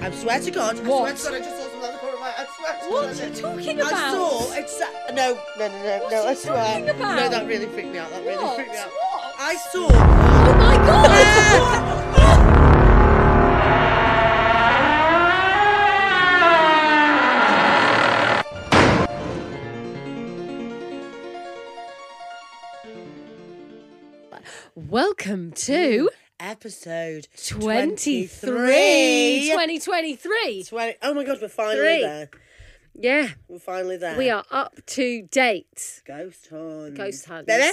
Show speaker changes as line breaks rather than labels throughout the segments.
I swear to God, I
What?
swear to God, I just saw something out the corner of my eye. I swear to
What
God.
are you
I-
talking about?
I saw exactly. No, no, no, no,
What
no.
are
I
you
swear.
talking about?
No, that really freaked me out. That really
What?
freaked me out.
What?
I saw.
Oh my god! Welcome to
Episode
23
23.
2023.
Twenty- Oh my God, we're finally
Three.
there.
Yeah, Mm.
We're finally there.
we are up to date.
Ghost hunt.
Ghost hunters.
Baby?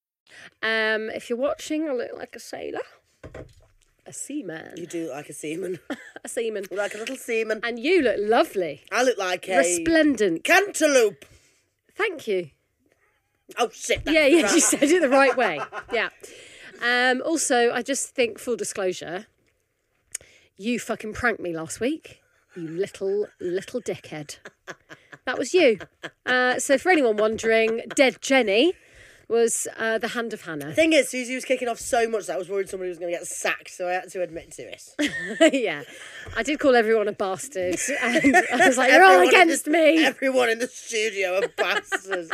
Um, if you're watching, I look like a sailor, a seaman,
You do look like a seaman.
a seaman,
You're like a little seaman.
and you look lovely,
I look like a
resplendent.
cantaloupe.
Thank you.
Oh shit. that's
Yeah, yeah,
right.
you said it the right way. Yeah. Um, also, I just think full disclosure, you fucking pranked me last week. You little little dickhead. That was you. Uh, so, for anyone wondering, dead Jenny was uh, the hand of Hannah.
Thing is, Susie was kicking off so much that I was worried somebody was going to get sacked, so I had to admit to it.
yeah, I did call everyone a bastard, and I was like, "You're
Everyone
all
in
against
the-
me."
Everyone in the studio are bastards.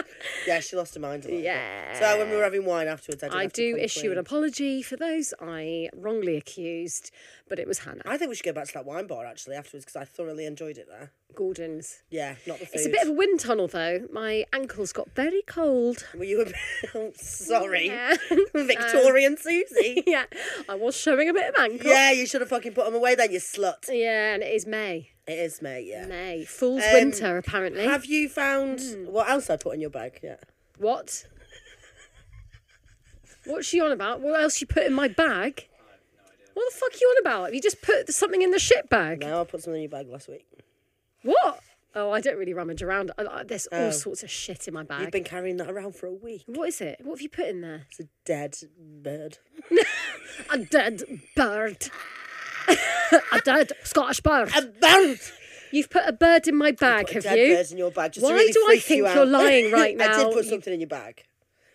yeah, she lost her mind. about it.
Yeah.
So when we were having wine afterwards, I, did
I
have to
do
come
issue an
clean.
apology for those I wrongly accused, but it was Hannah
I think we should go back to that wine bar actually afterwards because I thoroughly enjoyed it there.
Gordon's.
Yeah, not the food.
It's a bit of a wind tunnel though. My ankles got very cold.
Were you a bit? I'm sorry,
Yeah. Um,
Victorian Susie.
yeah, I was showing a bit of ankle.
Yeah, you should have fucking put them away then, you slut. It
Yeah, and it is May.
is, mate. Yeah.
May. Fool's
Um,
winter, apparently.
Have you found
Hmm.
what else I put in your bag? Yeah.
What? What's she on about? What else you put in my bag? What the fuck are you on about? Have you just put something in the shit bag?
No, I put something in your bag last week.
What? Oh, I don't really rummage around. I, I, there's all sorts of shit in my bag.
Oh. You've been carrying that around for a week.
What is it? What have you put in there?
It's a dead bird.
A dead bird. a dead Scottish bird.
A bird.
You've put a bird in my bag,
put
have
a dead
you?
bird in your bag. Just to
Why
really
do I
freak
think
you out.
you're lying right
I
now?
did put
You-
something in your bag,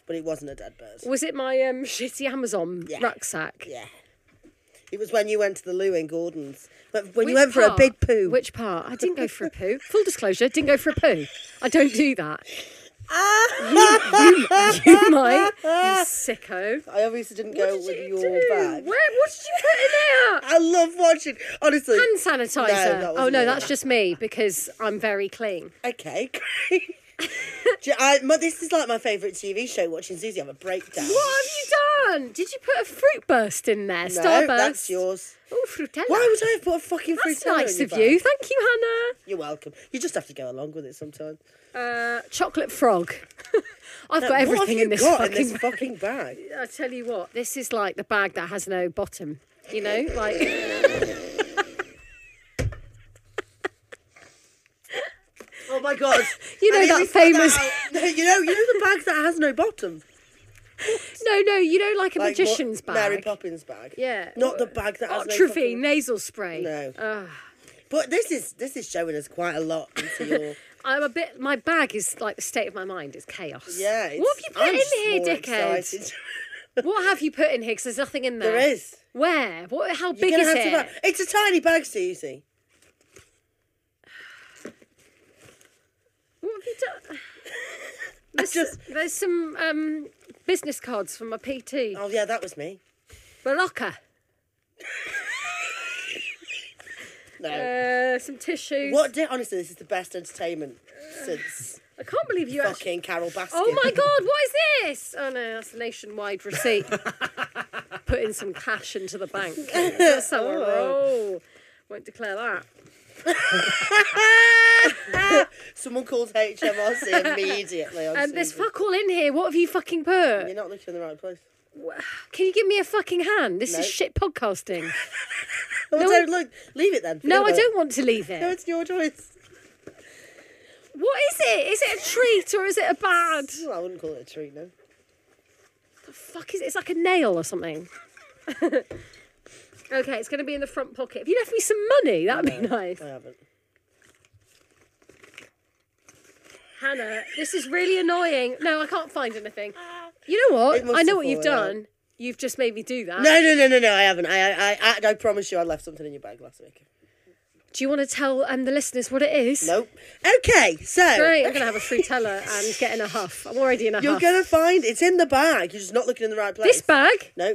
but it wasn't a dead bird.
Was it my um, shitty Amazon
Yeah.
rucksack?
Yeah. It was when you went to the loo in Gordon's. But When you
Which
went for a
part?
big poo.
Which part? I didn't go for a poo. Full disclosure, didn't go for a poo. I don't do that.
Ah!
you, you, you might, you sicko.
I obviously didn't
What
go
did
with
you
your
do?
bag.
Where, what did you put in there?
I love watching. Honestly.
Hand sanitizer.
that
oh
wasn't
no,
it.
that's just me because I'm very clean.
Okay, great. Do you- I, my, this is like my favourite TV show, watching Susie have a breakdown.
What have you done? Did you put a fruit burst in there?
No,
Starburst.
that's yours.
Oh, frutella.
Why would I have put a fucking
That's
frittella in
nice
your
of
bag?
you. Thank you, Hannah.
You're welcome. You just have to go along with it sometimes.
Uh, chocolate frog. I've
Uh, What
got
have
everything
you
in this
got
fucking.
in this fucking bag.
I tell you what, this is like the bag that has no bottom. You know, like.
Oh my god!
You know
I
that
nearly spit
famous-
out. No, you know, you know the bag that has no bottom.
no, no, you know, like a
Like what-
magician's bag.
Mary Poppins bag.
Yeah.
Not the bag that has no.
Otravy
fucking-
nasal spray. Uh,
No.
Ugh.
But this is this is showing us quite a lot into your.
I'm a bit. My bag is like the state of my mind. It's chaos.
Yeah. it's-
What have you put
I'm
in
just
here,
more
dickhead?
excited.
What have you put in here? Because there's nothing in there.
There is.
Where? What? How
You're
big
gonna
is
have
it?
to buy- It's a tiny bag, Susie.
What have you done? There's,
just-
there's some um, business cards from my PT.
Oh yeah, that was me.
Baraka.
No.
Uh, some tissues.
what? Di- honestly, this is the best entertainment since
I can't believe you actually.
fucking Carol Baskin.
Oh my god, what is this? Oh no, that's a nationwide receipt. Putting some cash into the bank. That's how
Oh.
I roll. Won't declare that.
Someone calls HMRC immediately. on
And Um, there's
Susie.
fuck all in here. What have you fucking put?
You're not looking in the right place.
Can you give me a fucking hand? This
Nope.
is shit podcasting.
Well,
No,
don't look. Leave it then.
No, I
Forget about
don't want to leave
it. No,
it.
it's your choice.
What is it? Is it a treat or is it a bad?
Well, I wouldn't call it a treat, no.
The fuck is it? It's like a nail or something. okay, it's going to be in the front pocket. If you left me some money, that'd be nice.
I haven't.
Hannah, this is really annoying. No, I can't find anything. You know what?
It must
I know
have
what you've
fallen out.
done. You've just made me do that.
No, no, no, no, no. I haven't. I, I, I, I promise you, I left something in your bag last week.
Do you want to tell um, the listeners what it is?
Nope. Okay, so
Great, I'm going to have a frutella and get in a huff. I'm already in a
you're
huff.
gonna find it's in the bag. You're just not looking in the right place.
This bag?
No.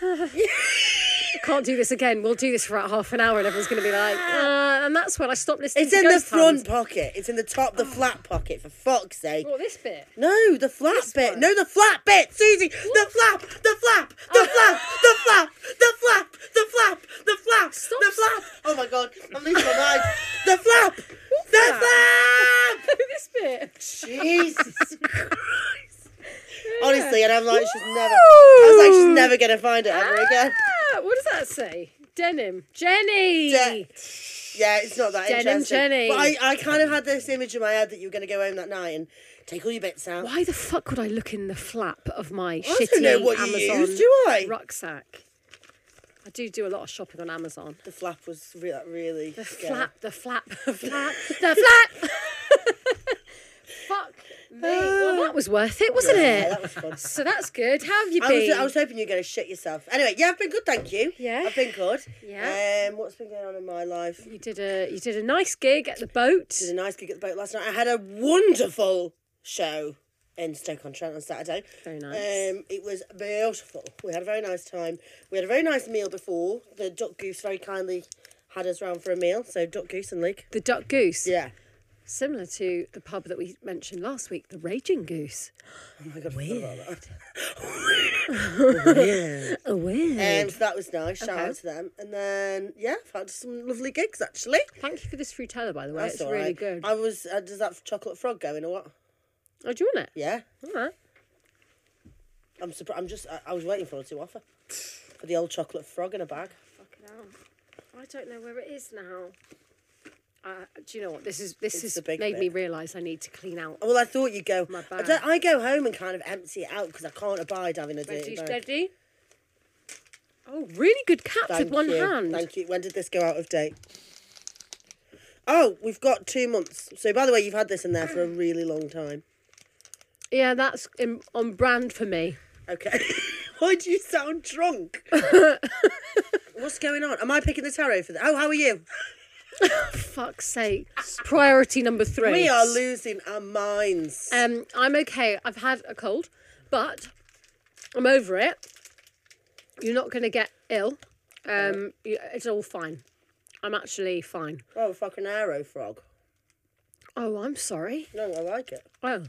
I can't do this again. We'll do this for about half an hour and everyone's going to be like, uh, and that's when I stopped
Ah.
listening
It's
to
in the
Ghost
front
Hunters.
pocket. It's in the top,
Ah.
the flat pocket. For fuck's sake.
What, this bit?
No, the flap bit. No, the flap bit, Susie. The flap, the flap, the flap, the flap, the flap, the flap, the flap, the flap. Oh my god, I'm losing my mind. The flap, the flap.
this bit?
Jesus Christ. Honestly, and I'm like, she's never. I was like, she's never gonna find it ever again.
Ah, what does that say? Denim. Jenny!
Yeah. Yeah, it's not that
Denim
interesting.
Jenny.
But I, I kind of had this image in my head that you were going to go home that night and take all your bits out.
Why the fuck would I look in the flap of my
I
shitty
don't know what
Amazon
you use, do I?
rucksack? I do do a lot of shopping on Amazon.
The flap was re- really
The
scary.
flap, the flap, the flap, the flap. Fuck me. Well, that was worth it, wasn't
Yeah,
it?
that was fun.
So that's good. How have you
I
been?
was, I was hoping you were going to shit yourself. Anyway, yeah, I've been good, thank you.
Yeah.
I've been good.
Yeah.
Um, what's been going on in my life?
You did a you did a nice gig at the boat.
Did a nice gig at the boat last night. I had a wonderful show in Stoke-on-Trent on Saturday.
Very nice.
Um, it was beautiful. We had a very nice time. We had a very nice meal before. The Duck Goose very kindly had us round for a meal. So Duck Goose and Leek.
The Duck Goose,
Yeah.
similar to the pub that we mentioned last week, the Raging Goose.
Oh my god, weird.
Oh, weird.
Um, so that was nice. Shout out to them. And then yeah, I've had some lovely gigs actually.
Thank you for this frutella, by the way.
That's
it's
all
really
right.
good.
I was. Uh, does that chocolate frog go in or what?
Oh, do you want it?
Yeah.
All right.
I'm surprised. I'm just. I, I was waiting for her to offer for the old chocolate frog in a bag.
Fucking hell. I don't know where it is now. Uh, do you know what? This is this
It's
has
the big Oh,
made me realise I need to clean out.
Well, I thought you'd go.
My
I,
bag.
don't, I go home and kind of empty it out because I can't abide having a dirty
Ready,
bag.
steady. Oh, really good catch
Thank
with one
you.
hand.
Thank you. When did this go out of date? Oh, we've got two months. So, by the way, you've had this in there for a really long time.
Yeah, that's in, on brand for me.
Okay. Why do you sound drunk? What's going on? Am I picking the tarot for that? Oh, how are you?
Fuck's sake. Priority number three.
We are losing our minds.
Um, I'm okay. I've had a cold, but I'm over it. You're not going to get ill. Um, you- it's all fine. I'm actually fine.
oh, fucking arrow frog.
Oh, I'm sorry.
No, I like it.
Oh,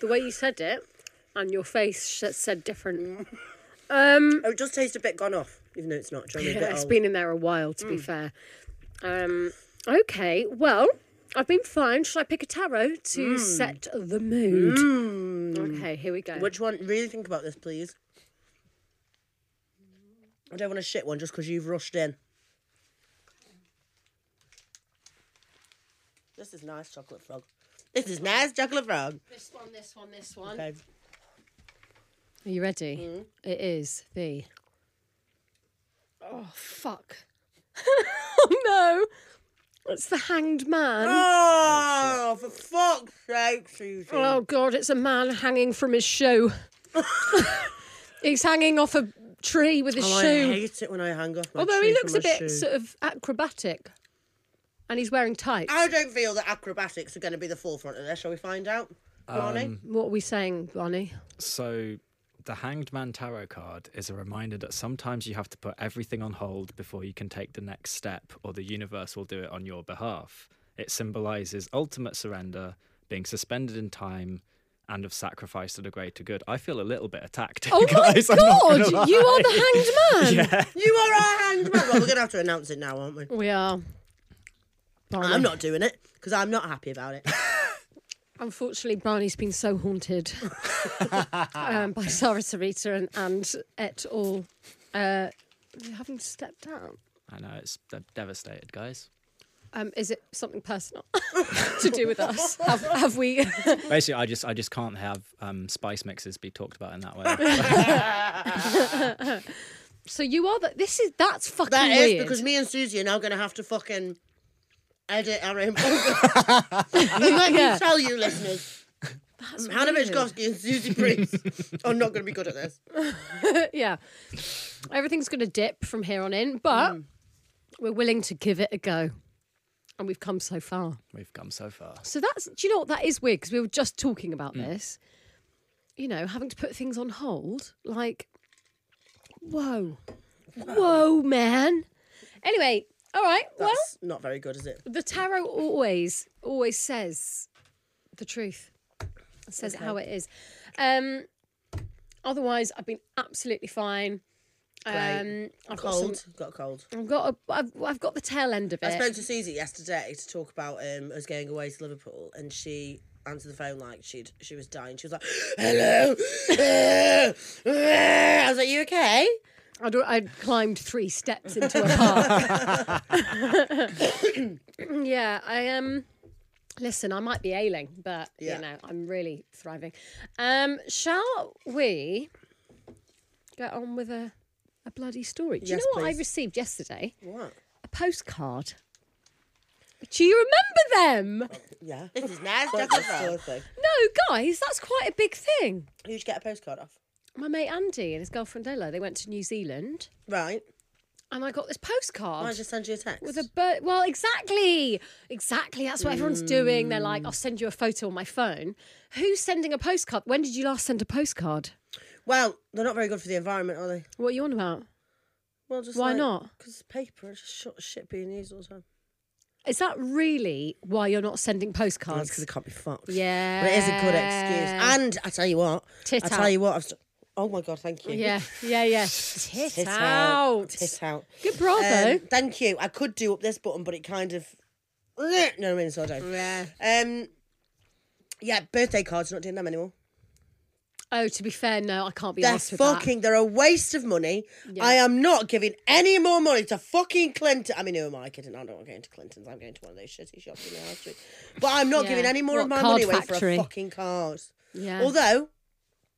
the way you said it and your face sh- said different.
Oh, it does taste a bit gone off, even though it's not. Johnny, a bit
it's
old.
been in there a while, to be fair. Um, okay, well, I've been fine. Shall I pick a tarot to set the mood? Okay, here we go.
Which one? Really think about this, please. I don't want to shit one just because you've rushed in. This is nice chocolate frog. This is nice chocolate frog.
This one, this one, this one.
Okay.
Are you ready? It is the. Oh, fuck. oh, no. It's the hanged man.
Oh, for fuck's sake, Susie.
Oh God, it's a man hanging from his shoe. He's hanging off a tree with his
Oh, I
shoe.
hate it when I hang off my
Although
shoe
he looks
from
a
my
bit
shoe.
sort of acrobatic, and he's wearing tights.
I don't feel that acrobatics are going to be the forefront of this. Shall we find out? Barney?
What are we saying, Bonnie?
So, the Hanged Man Tarot card is a reminder that sometimes you have to put everything on hold before you can take the next step, or the universe will do it on your behalf. It symbolizes ultimate surrender, being suspended in time, and of sacrifice to the greater good. I feel a little bit attacked.
Oh
guys,
my
I'm not gonna
God! You are
lie.
the hanged man.
You are our hanged man. Well, we're going to have to announce it now, aren't we?
We are. Barney.
I'm not doing it because I'm not happy about it.
Unfortunately, Barney's been so haunted um, by Sarah Sarita and, and et al. Uh, having stepped out.
I know it's they're devastated, guys.
Um, is it something personal to do with us? Have, have we?
Basically, I just I just can't have um, spice mixes be talked about in that way.
so you are the. This is that's fucking
That is
weird.
because me and Susie are now going to have to fucking edit our own podcast. Let
Yeah.
me tell you, listeners. Hannah Mitchkowski and Susie Priest are not going to be good at this.
yeah, everything's going to dip from here on in, but
Hmm.
we're willing to give it a go, and we've come so far.
We've come so far.
So that's do you know what that is weird because we were just talking about
Mm.
this. You know, having to put things on hold, like, whoa, whoa, man. Anyway, all right. well,
That's not very good, is it?
the tarot always always says the truth It says it how it is um otherwise i've been absolutely fine um
Great.
i've
cold.
got some,
Got a cold.
i've got a, I've, I've got the tail end of
I
it
spoke to Susie yesterday to talk about um, us going away to Liverpool, and she answered the phone like she'd she was dying. She was like, "Hello." I was like, "You okay?"
I'd, I'd climbed three steps into a park yeah i um listen i might be ailing but
Yeah.
you know i'm really thriving um shall we get on with a a bloody story do you
Yes,
know what i
please.
received yesterday
What?
postcard. Do you remember them?
Yeah. This is nice. That's the sort of thing.
No, guys, that's quite a big thing.
Who'd you get a postcard off?
My mate Andy and his girlfriend Ella, they went to New Zealand,
Right.
and I got this
I
postcard.
just send you a text.
With a bird, well, exactly, exactly. That's what everyone's doing. They're like, "I'll send you a photo on my phone." Who's sending a postcard? When did you last send a postcard?
Well, they're not very good for the environment, are they?
What are you on about?
Well, just
Why not?
Because paper, it's just shit, shit being used all the time.
Is that really why you're not sending
That's because
postcards?
Oh, it can't be fucked.
Yeah,
But it is a good excuse. And I tell you what,
Tit
I
out.
tell you what, I've. St- oh my god, thank you.
yeah, yeah, yeah. Tit,
Tit
out.
Tit out.
Good bravo.
Um, thank you. I could do up this button, but it kind of. No, I mean, so I don't.
Yeah.
Um, yeah, birthday cards, not doing them anymore.
Oh, to be fair, no, I can't be
They're
asked with that.
fucking, they're a waste of money. I am not giving any more money to fucking Clinton. I mean, who am I kidding? I don't want to go into Clinton's. I'm going to one of those shitty shops in the high street. But I'm not
Yeah.
giving any more of
What,
my
Card
money away
Factory?
for a fucking card.
Yeah.
Although,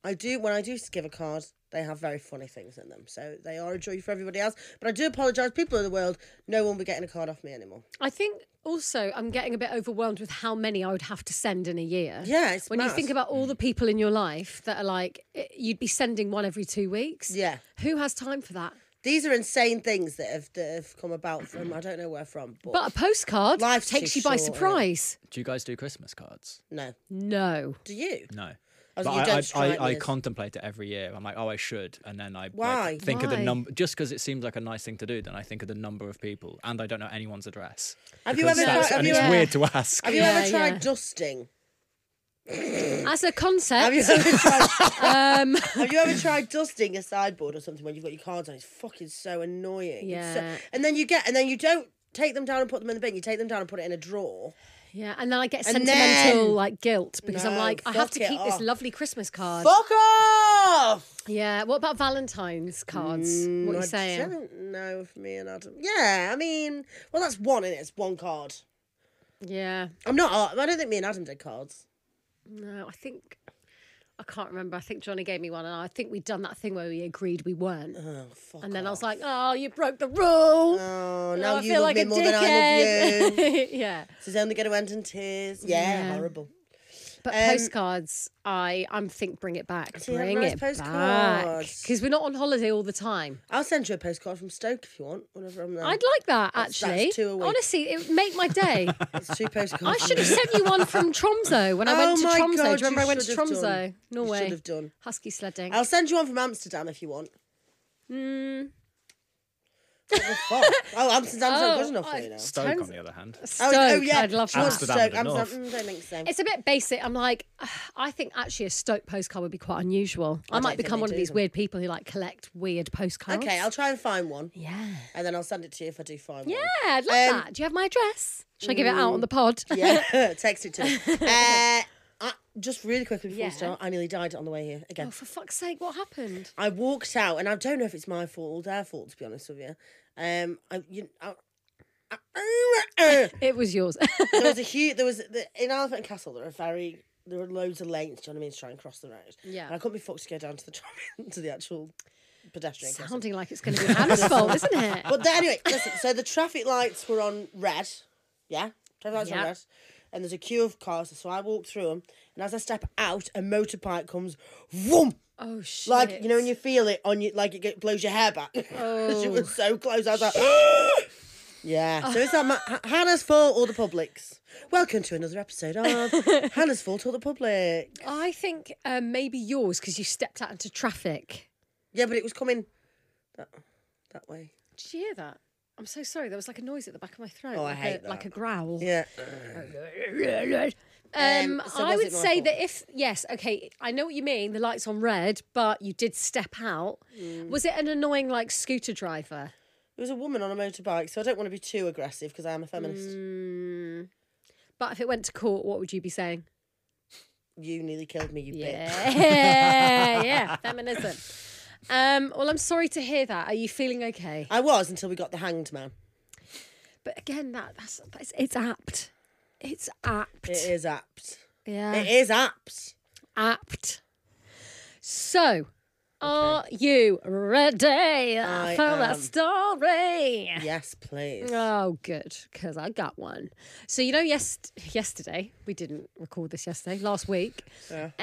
I do when I do give a card, they have very funny things in them, so they are a joy for everybody else. But I do apologise, people of the world. No one will be getting a card off me anymore.
I think also I'm getting a bit overwhelmed with how many I would have to send in a year.
Yeah, it's
When you
mad.
think about all the people in your life that are like, eh, you'd be sending one every two weeks.
Yeah.
Who has time for that?
These are insane things that have that have come about from I don't know where from, but,
But a postcard
Life's
takes
too
you by
short, isn't it?
surprise.
Do you guys do Christmas cards?
no.
No.
Do you?
No.
was
But
like, you
I,
don't
I,
strike
I,
me
I
as-
contemplate it every year. I'm like, oh, I should, and then I like,
Why?
think of
Why?
the number just because it seems like a nice thing to do. Then I think of the number of people, and I don't know anyone's address.
Have you
Because
ever
that's-
tried- have
and
you
it's
ever-
weird to ask.
Have you
Yeah,
ever tried
yeah.
dusting?
As a
Have
concept,
you ever tried?
Um.
have you ever tried dusting a sideboard or something when you've got your cards on? It's fucking so annoying. It's so-
Yeah.
and then you get, and then you don't take them down and put them in the bin. You take them down and put it in a drawer.
yeah, and then I get
And
sentimental
then-
like guilt because I'm
No,
like, I have
fuck
to
it
keep this
off.
lovely Christmas card.
Fuck off!
Yeah. What about Valentine's cards? what are you
Mm, I
saying?
don't know if me and Adam. Yeah, I mean, well, that's one in it. It's one card.
Yeah.
I'm not. uh, I don't think me and Adam did cards.
No, I think I can't remember. I think Johnny gave me one, and I think we'd done that thing where we agreed we weren't.
Oh fuck!
and then I was like, "Oh, you broke the rule."
Oh,
Oh,
now
I
you
feel
love
like
me
a
more than I love
dickhead.
you.
yeah,
this is only going to end in tears. Yeah,
Yeah.
horrible.
but
Um,
postcards, I I'm think bring it back,
See, have a
bring
nice
it
postcard.
because we're not on holiday all the time.
I'll send you a postcard from Stoke if you want. Whenever I'm there,
I'd like that
Oh, That's- that's
actually.
two a week.
Honestly, it would make my day.
It's two postcards.
I should have sent you one from Tromso when I went
Oh
to
my
Tromso. Do
God,
you remember
you
I went to
should have
Tromso,
done. You
Norway?
should have done.
husky sledding.
I'll send you one from Amsterdam if you want.
Mm,
What the fuck? Oh, Amsterdam's
Oh,
not good enough for
I-
you now.
Stoke,
Tons-
on the other hand,
Oh,
Stoke.
oh, yeah,
I'd love
Not
that.
Amsterdam.
Stoke.
and the
Amsterdam. mm, don't think so.
It's a bit basic. I'm like, "Ugh, I think actually a Stoke postcard would be quite unusual. I,
don't
might
think
become
they
one of
do
these
them.
weird people who like collect weird postcards.
okay, I'll try and find one,
Yeah.
and then I'll send it to you if I do find one.
Yeah, I'd love
Um, mm,
that. Do you have my address? Should I give it out on the pod?
Yeah, text it to me. Uh, I, just really quickly before
Yeah.
we start, I nearly died on the way here again.
oh, for fuck's sake, what happened?
I walked out, and I don't know if it's my fault or their fault, to be honest with you. Um, I, you, I, I,
It was yours.
there was a huge. There was the, in Elephant and Castle. There are very. There are loads of lanes. Do you know what I mean? To try and cross the road.
Yeah.
And I couldn't be fucked to go down to the tram- to the actual pedestrian. crossing.
Sounding like it's going to be Hannah's fault, isn't it?
But then, anyway, listen. So the traffic lights were on red. Yeah, traffic lights were on
Yeah.
red. And there's a queue of cars. So I walk through them, and as I step out, a motorbike comes, whoom,
oh shit!
like you know when you feel it on you, like it get- blows your hair back. she
Oh.
was so close. I was like, yeah. So is that my, H- Hannah's fault or the public's? Welcome to another episode of Hannah's fault or the public.
I think um, maybe yours because you stepped out into traffic.
Yeah, but it was coming that that way.
Did you hear that? I'm so sorry. There was like a noise at the back of my throat.
Oh, I
like a,
hate
Like
that.
a growl.
Yeah.
Um,
Um, so
I
was
would
it my
say
fault?
that if yes, okay, I know what you mean. The lights on red, but you did step out.
Mm.
Was it an annoying like scooter driver?
It was a woman on a motorbike, so I don't want to be too aggressive because I am a feminist.
But if it went to court, what would you be saying?
You nearly killed me, you bitch.
Yeah, yeah, feminism. Um, well, I'm sorry to hear that. Are you feeling okay?
I was until we got the hanged man.
But again, that that's it's, it's apt. It's apt.
It is apt.
Yeah.
It is apt.
apt. So, are you ready
I
for the
am.
story?
Yes, please.
Oh, good, because I got one. So you know, yes, yesterday we didn't record this yesterday. Last week,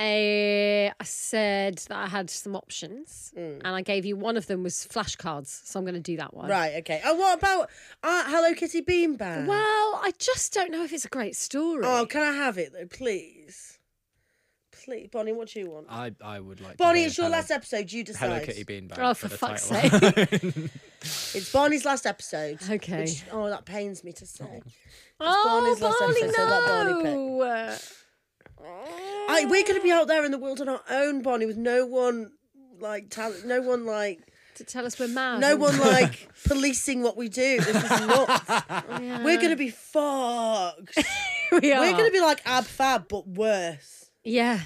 eh, I said that I had some options, and I gave you one of them was flashcards. So I'm going to do that one.
Mm. Right, okay. Oh, what about our Hello Kitty beanbag?
Well, I just don't know if it's a great story.
Oh, can I have it though, please? Please, Bonnie, what do you want?
I, I would like.
Bonnie,
to
it's your
Hello,
last episode. You decide.
Oh, Hello Kitty Beanbag.
Oh, for
the
fuck's
title.
It's Barney's last episode.
Okay.
which- oh, that pains me to say.
oh,
Barney's last
Barney,
episode, so that Barney pick.
no.
I, we're going to be out there in the world on our own, Barney, with no one like talent, no one like,
To tell us we're mad.
no
and-
one like policing what we do. This is nuts.
Yeah.
We're going to be fucked.
we are.
We're going to be like Ab Fab, but worse.
Yeah.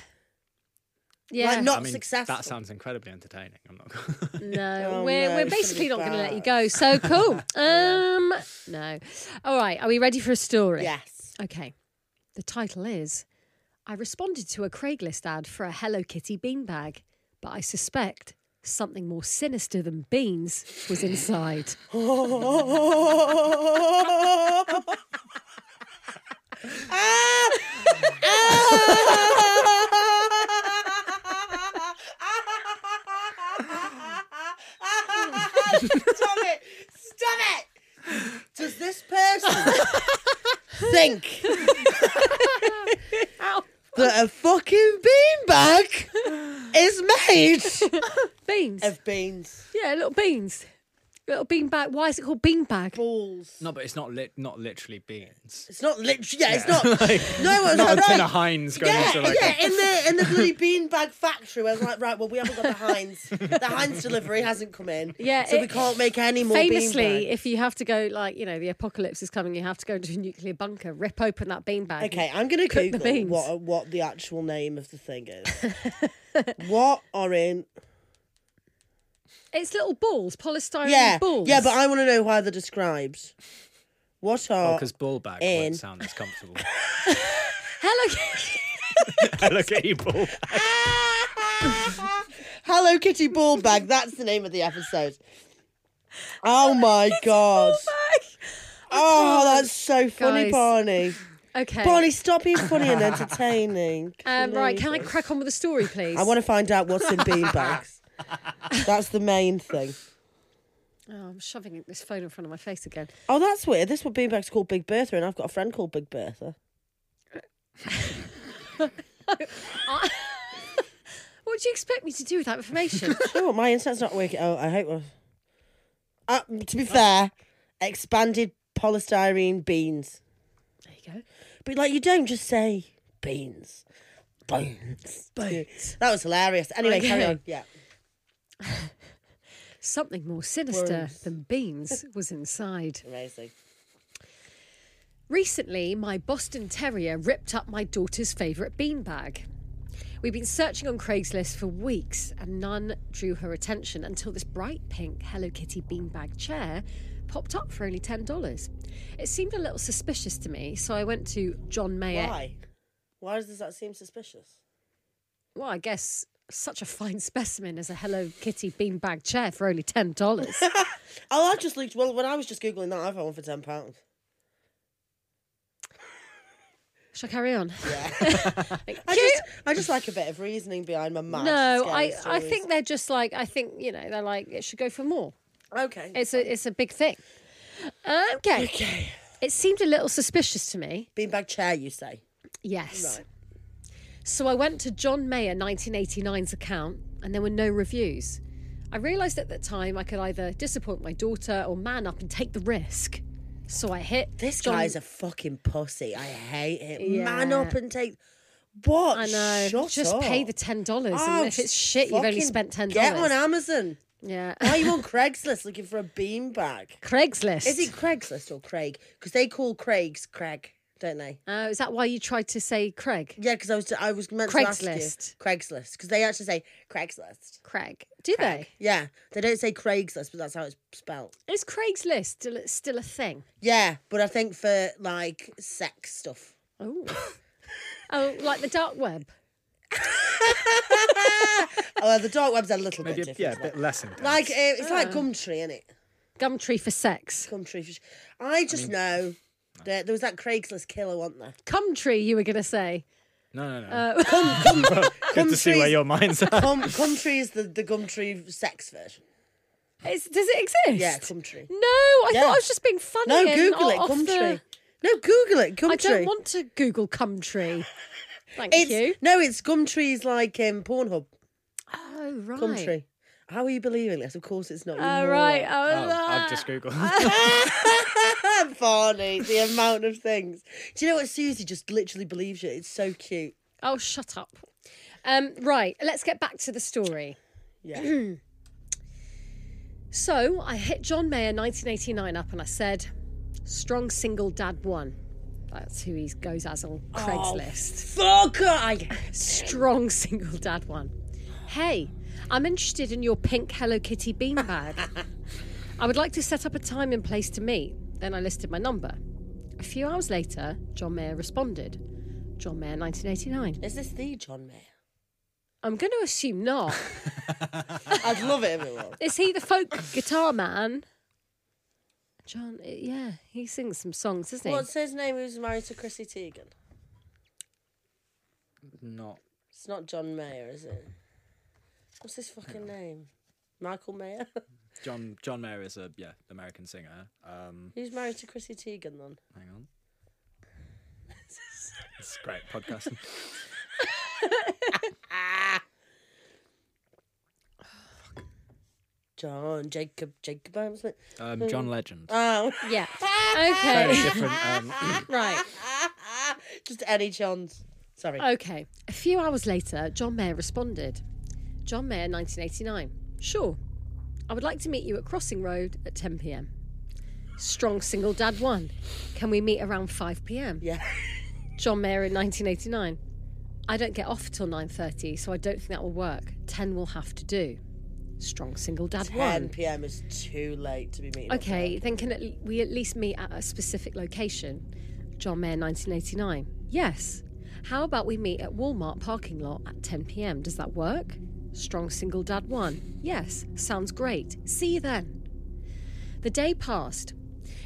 Yeah.
Like not
I mean,
successful.
That sounds incredibly entertaining. I'm not. gonna-
No,
Oh, no,
we're, we're
it's gonna
basically
be
not going to let you
bad.
go. So cool. um, no. All right. Are we ready for a story?
yes.
Okay. The title is I responded to a Craigslist ad for a Hello Kitty beanbag, but I suspect something more sinister than beans was inside.
Stop it! Stop it! Does this person think that a fucking beanbag is made
beans.
of beans?
yeah, little beans. Little beanbag. Why is it called beanbag?
Balls.
no, but it's not lit. Not literally beans.
It's not literally. Yeah, it's not. no, it's
Not a
right.
tin of Heinz going
Yeah,
into like a
yeah, in the in the bloody beanbag factory, where it's like, right, well, we haven't got the Heinz. The Heinz delivery hasn't come in.
Yeah,
so we
it-
can't make any more.
Famously,
beanbag.
if you have to go, like, you know, the apocalypse is coming, you have to go into a nuclear bunker, rip open that beanbag.
okay, I'm gonna
cook the
Google
beans.
what what the actual name of the thing is. what are in?
It's little balls, polystyrene
Yeah,
balls.
yeah, but I want to know why they're described. What are?
because ball bag
in.
won't sound as comfortable.
Hello,
Hello Kitty ball.
Hello Kitty ball bag. That's the name of the episode. Oh my god! Oh, that's so funny,
Guys.
Barney.
Okay.
Barney, stop being funny and entertaining.
Um, right, can I crack on with the story, please?
I want to find out what's in beanbags. that's the main thing.
Oh, I'm shoving this phone in front of my face again.
Oh, that's weird. This one beanbag's called Big Bertha, and I've got a friend called Big Bertha.
What do you expect me to do with that information?
Oh, my internet's not working. Oh, I hope. Uh, to be fair, expanded polystyrene beans.
there you go.
But like, you don't just say beans. Beans. Beans. That was hilarious. Anyway, carry
Okay.
on. Yeah.
Something more sinister
Worms.
than beans was inside.
Amazing.
Recently, my Boston Terrier ripped up my daughter's favourite beanbag. We've been searching on Craigslist for weeks and none drew her attention until this bright pink Hello Kitty beanbag chair popped up for only $10. It seemed a little suspicious to me, so I went to John Mayer.
Why? Why does that seem suspicious?
Well, I guess such a fine specimen as a Hello Kitty beanbag chair for only $10.
Oh, I just looked. Well, when I was just googling that, I found one for ten pounds.
Shall I carry on?
I just, I just like a bit of reasoning behind my mad.
no,
scary
I, I
stories.
think they're just like, I think, you know, they're like, it should go for more.
Okay.
It's a, it's a big thing. Okay.
okay.
It seemed a little suspicious to me.
Beanbag chair, you say?
Yes.
Right.
So I went to John Mayer 1989's account, and there were no reviews. I realised at that time I could either disappoint my daughter or man up and take the risk. So I hit
This
John-
guy's a fucking pussy. I hate it.
Yeah.
Man up and take. What?
I know.
Shut
just
up.
pay the ten dollars,
Oh,
and if it's shit, you've only
fucking
spent ten
Get on
dollars.
Amazon.
Yeah.
Why are you on Craigslist looking for a beanbag?
Craigslist.
Is it Craigslist or Craig? Because they call Craigs Craig, don't they?
Oh, is that why you tried to say Craig?
Yeah, because I was I was meant to ask
Craigslist.
you Craigslist because they actually say Craigslist.
Craig. Do
Yeah, they don't say Craigslist, but that's how it's spelled.
they? Is Craigslist still still a thing?
Yeah, but I think for like sex stuff.
Oh. oh, like the dark web.
Oh, well, the dark web's a little
Maybe
bit
a,
different.
yeah, a bit less intense.
Like uh, it's
Ah.
like Gumtree, isn't it?
Gumtree for sex.
Gumtree. for sh- I just know that there was that Craigslist killer, wasn't there?
Cumtree, you were going to say.
no, no, no. Good to
Gumtree's,
see where your mind's at.
Gum, Gumtree is the the Gumtree sex version.
It's, does it exist?
Yeah, Gumtree.
No, I
Yeah.
thought I was just being funny.
No,
and
Google it,
off the-
Gumtree. No, Google it, Gumtree.
I don't want to Google Cumtree. Thank
it's,
you.
No, it's Gumtree's like um, Pornhub.
Oh, right.
Gumtree. How are you believing this? Of course, it's not. you
Oh,
moron.
right. Oh,
Oh, I've just Googled.
Barney, the amount of things. Do you know what? Susie just literally believes you. It's so cute.
oh, shut up. Um, right, let's get back to the story.
Yeah.
So I hit John Mayer 1989 up and I said, Strong Single Dad 1. That's who he goes as on
Oh,
Craigslist.
Fuck! I
strong single dad one. Hey, I'm interested in your pink Hello Kitty beanbag. I would like to set up a time and place to meet. Then I listed my number. A few hours later, John Mayer responded. John Mayer, 1989.
is this the John Mayer?
I'm going to assume not.
I'd love it if it was.
Is he the folk guitar man? John, yeah, he sings some songs, doesn't he?
What's his name? Who's married to Chrissy Teigen?
Not.
It's not John Mayer, is it? What's his fucking name? Michael Mayer.
John John Mayer is a yeah American singer. Um,
Who's married to Chrissy Teigen then?
hang on. It's great podcasting.
John Jacob Jacob Adams.
Um, John Legend.
Oh,
Yeah.
Very
Okay.
different. Um,
right.
just any Johns. Sorry.
Okay. A few hours later, John Mayer responded. John Mayer, 1989. Sure. I would like to meet you at Crossing Road at 10 pm. Strong single dad one. Can we meet around 5 pm?
Yeah.
John Mayer in 1989. I don't get off till 9:30, so I don't think that will work. 10 will have to do. Strong single dad
10
one.
p.m. is too late to be meeting. up there.
Okay, then can at le- we at least meet at a specific location? John Mayer, 1989. Yes. How about we meet at Walmart parking lot at 10 pm? Does that work? Strong single dad one. Yes, sounds great. See you then. The day passed.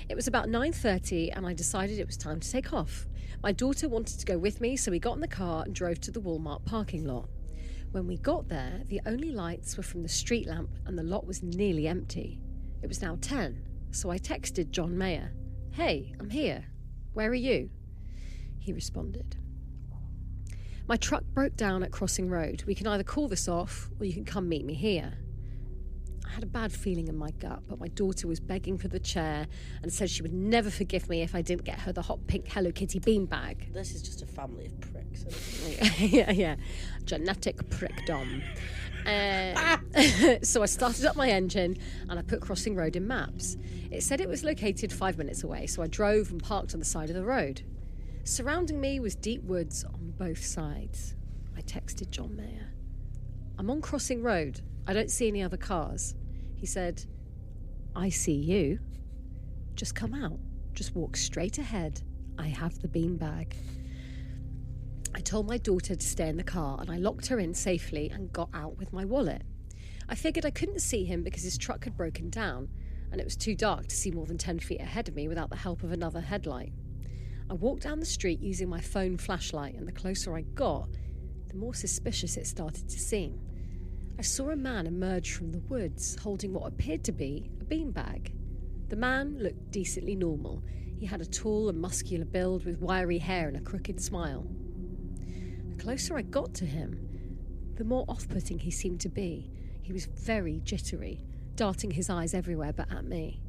It was about 9:30 and I decided it was time to take off. My daughter wanted to go with me, so we got in the car and drove to the Walmart parking lot. When we got there, the only lights were from the street lamp and the lot was nearly empty. It was now 10, so I texted John Mayer, Hey, I'm here. Where are you? He responded, My truck broke down at Crossing Road. We can either call this off or you can come meet me here. I had a bad feeling in my gut, but my daughter was begging for the chair and said she would never forgive me if I didn't get her the hot pink Hello Kitty beanbag.
This is just a family of pricks. isn't it?
yeah, yeah. Genetic prickdom. Uh, so I started up my engine and I put Crossing Road in maps. It said it was located five minutes away, so I drove and parked on the side of the road. Surrounding me was deep woods on both sides. I texted John Mayer. I'm on Crossing Road. I don't see any other cars. He said, I see you. Just come out. Just walk straight ahead. I have the beanbag. I told my daughter to stay in the car and I locked her in safely and got out with my wallet. I figured I couldn't see him because his truck had broken down and it was too dark to see more than 10 feet ahead of me without the help of another headlight. I walked down the street using my phone flashlight, and the closer I got, the more suspicious it started to seem. I saw a man emerge from the woods holding what appeared to be a beanbag. The man looked decently normal. He had a tall and muscular build with wiry hair and a crooked smile. The closer I got to him, the more off putting he seemed to be. He was very jittery, darting his eyes everywhere but at me.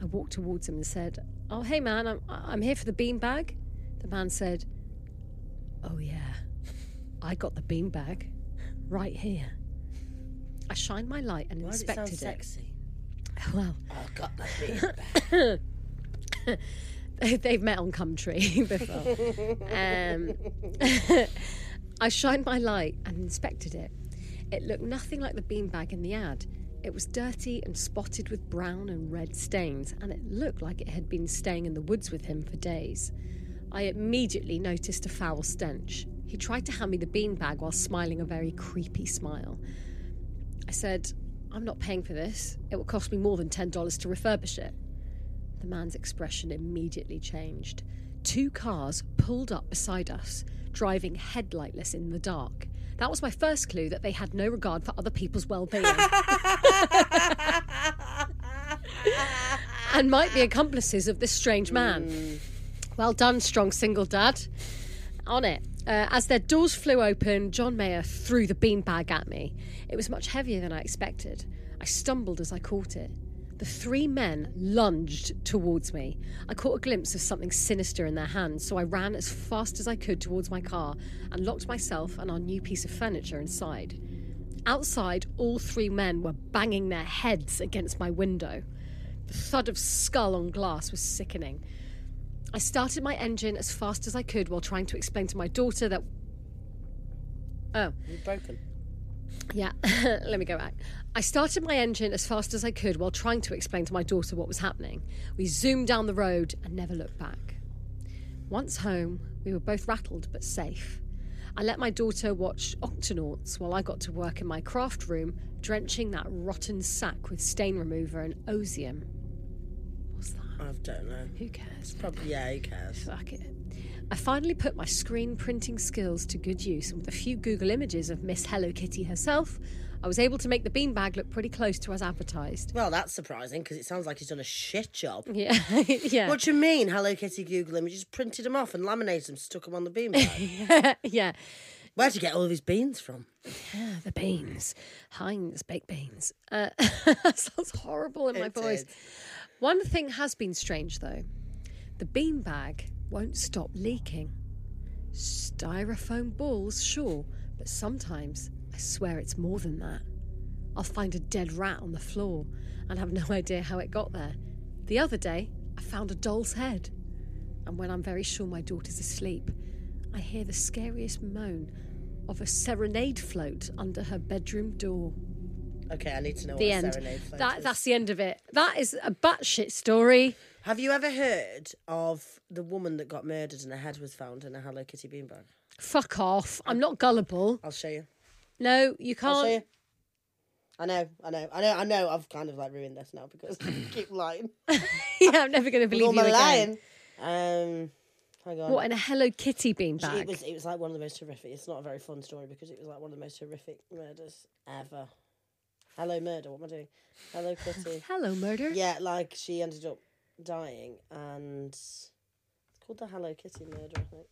I walked towards him and said, Oh, hey man, I'm, I'm here for the beanbag. The man said, Oh, yeah, I got the beanbag right here. I shined my light and
Why does it sound
inspected
sexy?
Well,
Oh, I got my beanbag.
they've met on Cumtree before. um, I shined my light and inspected it. It looked nothing like the beanbag in the ad. It was dirty and spotted with brown and red stains, and it looked like it had been staying in the woods with him for days. I immediately noticed a foul stench. He tried to hand me the beanbag while smiling a very creepy smile. I said, I'm not paying for this. It will cost me more than $10 to refurbish it. The man's expression immediately changed. Two cars pulled up beside us, driving headlightless in the dark. That was my first clue that they had no regard for other people's well being. and might be accomplices of this strange man. Well done, strong single dad. On it. Uh, as their doors flew open, John Mayer threw the beanbag at me. It was much heavier than I expected. I stumbled as I caught it. The three men lunged towards me. I caught a glimpse of something sinister in their hands, so I ran as fast as I could towards my car and locked myself and our new piece of furniture inside. Outside, all three men were banging their heads against my window. The thud of skull on glass was sickening. I started my engine as fast as I could while trying to explain to my daughter that. Oh.
You're broken.
Yeah, let me go back. I started my engine as fast as I could while trying to explain to my daughter what was happening. We zoomed down the road and never looked back. Once home, we were both rattled but safe. I let my daughter watch Octonauts while I got to work in my craft room, drenching that rotten sack with stain remover and osium. What's that?
I don't know.
Who cares?
Probably, yeah, who cares?
Fuck it. I finally put my screen printing skills to good use, and with a few Google images of Miss Hello Kitty herself, I was able to make the beanbag look pretty close to as advertised.
Well, that's surprising because it sounds like he's done a shit job.
Yeah, yeah,
What do you mean, Hello Kitty Google Images? Printed them off and laminated them, stuck them on the beanbag.
yeah.
Where'd you get all of his beans from?
Ah, the beans, Heinz baked beans. Uh, sounds horrible in my
It
voice.
is.
One thing has been strange though. The beanbag won't stop leaking. Styrofoam balls, sure, but sometimes I swear it's more than that. I'll find a dead rat on the floor and have no idea how it got there. The other day, I found a doll's head. And when I'm very sure my daughter's asleep, I hear the scariest moan of a serenade float under her bedroom door.
Okay, I need to know
the
what a
end.
serenade float
That,
is.
that's the end of it. That is a batshit story.
Have you ever heard of the woman that got murdered and her head was found in a Hello Kitty beanbag?
Fuck off. I'm not gullible.
I'll show you.
No, you
I'll show
can't.
you. I know, I know, I know, I know. I've kind of like ruined this now because I keep lying.
yeah, I'm never going to
With
believe
all
you
my
again.
lying. Um, hang on.
What in a Hello Kitty
it
beanbag?
was it was like one of the most horrific. It's not a very fun story because it was like one of the most horrific murders ever. Hello murder. What am I doing? Hello Kitty.
Hello, murder.
yeah, like she ended up dying, and it's called the Hello Kitty murder. I think.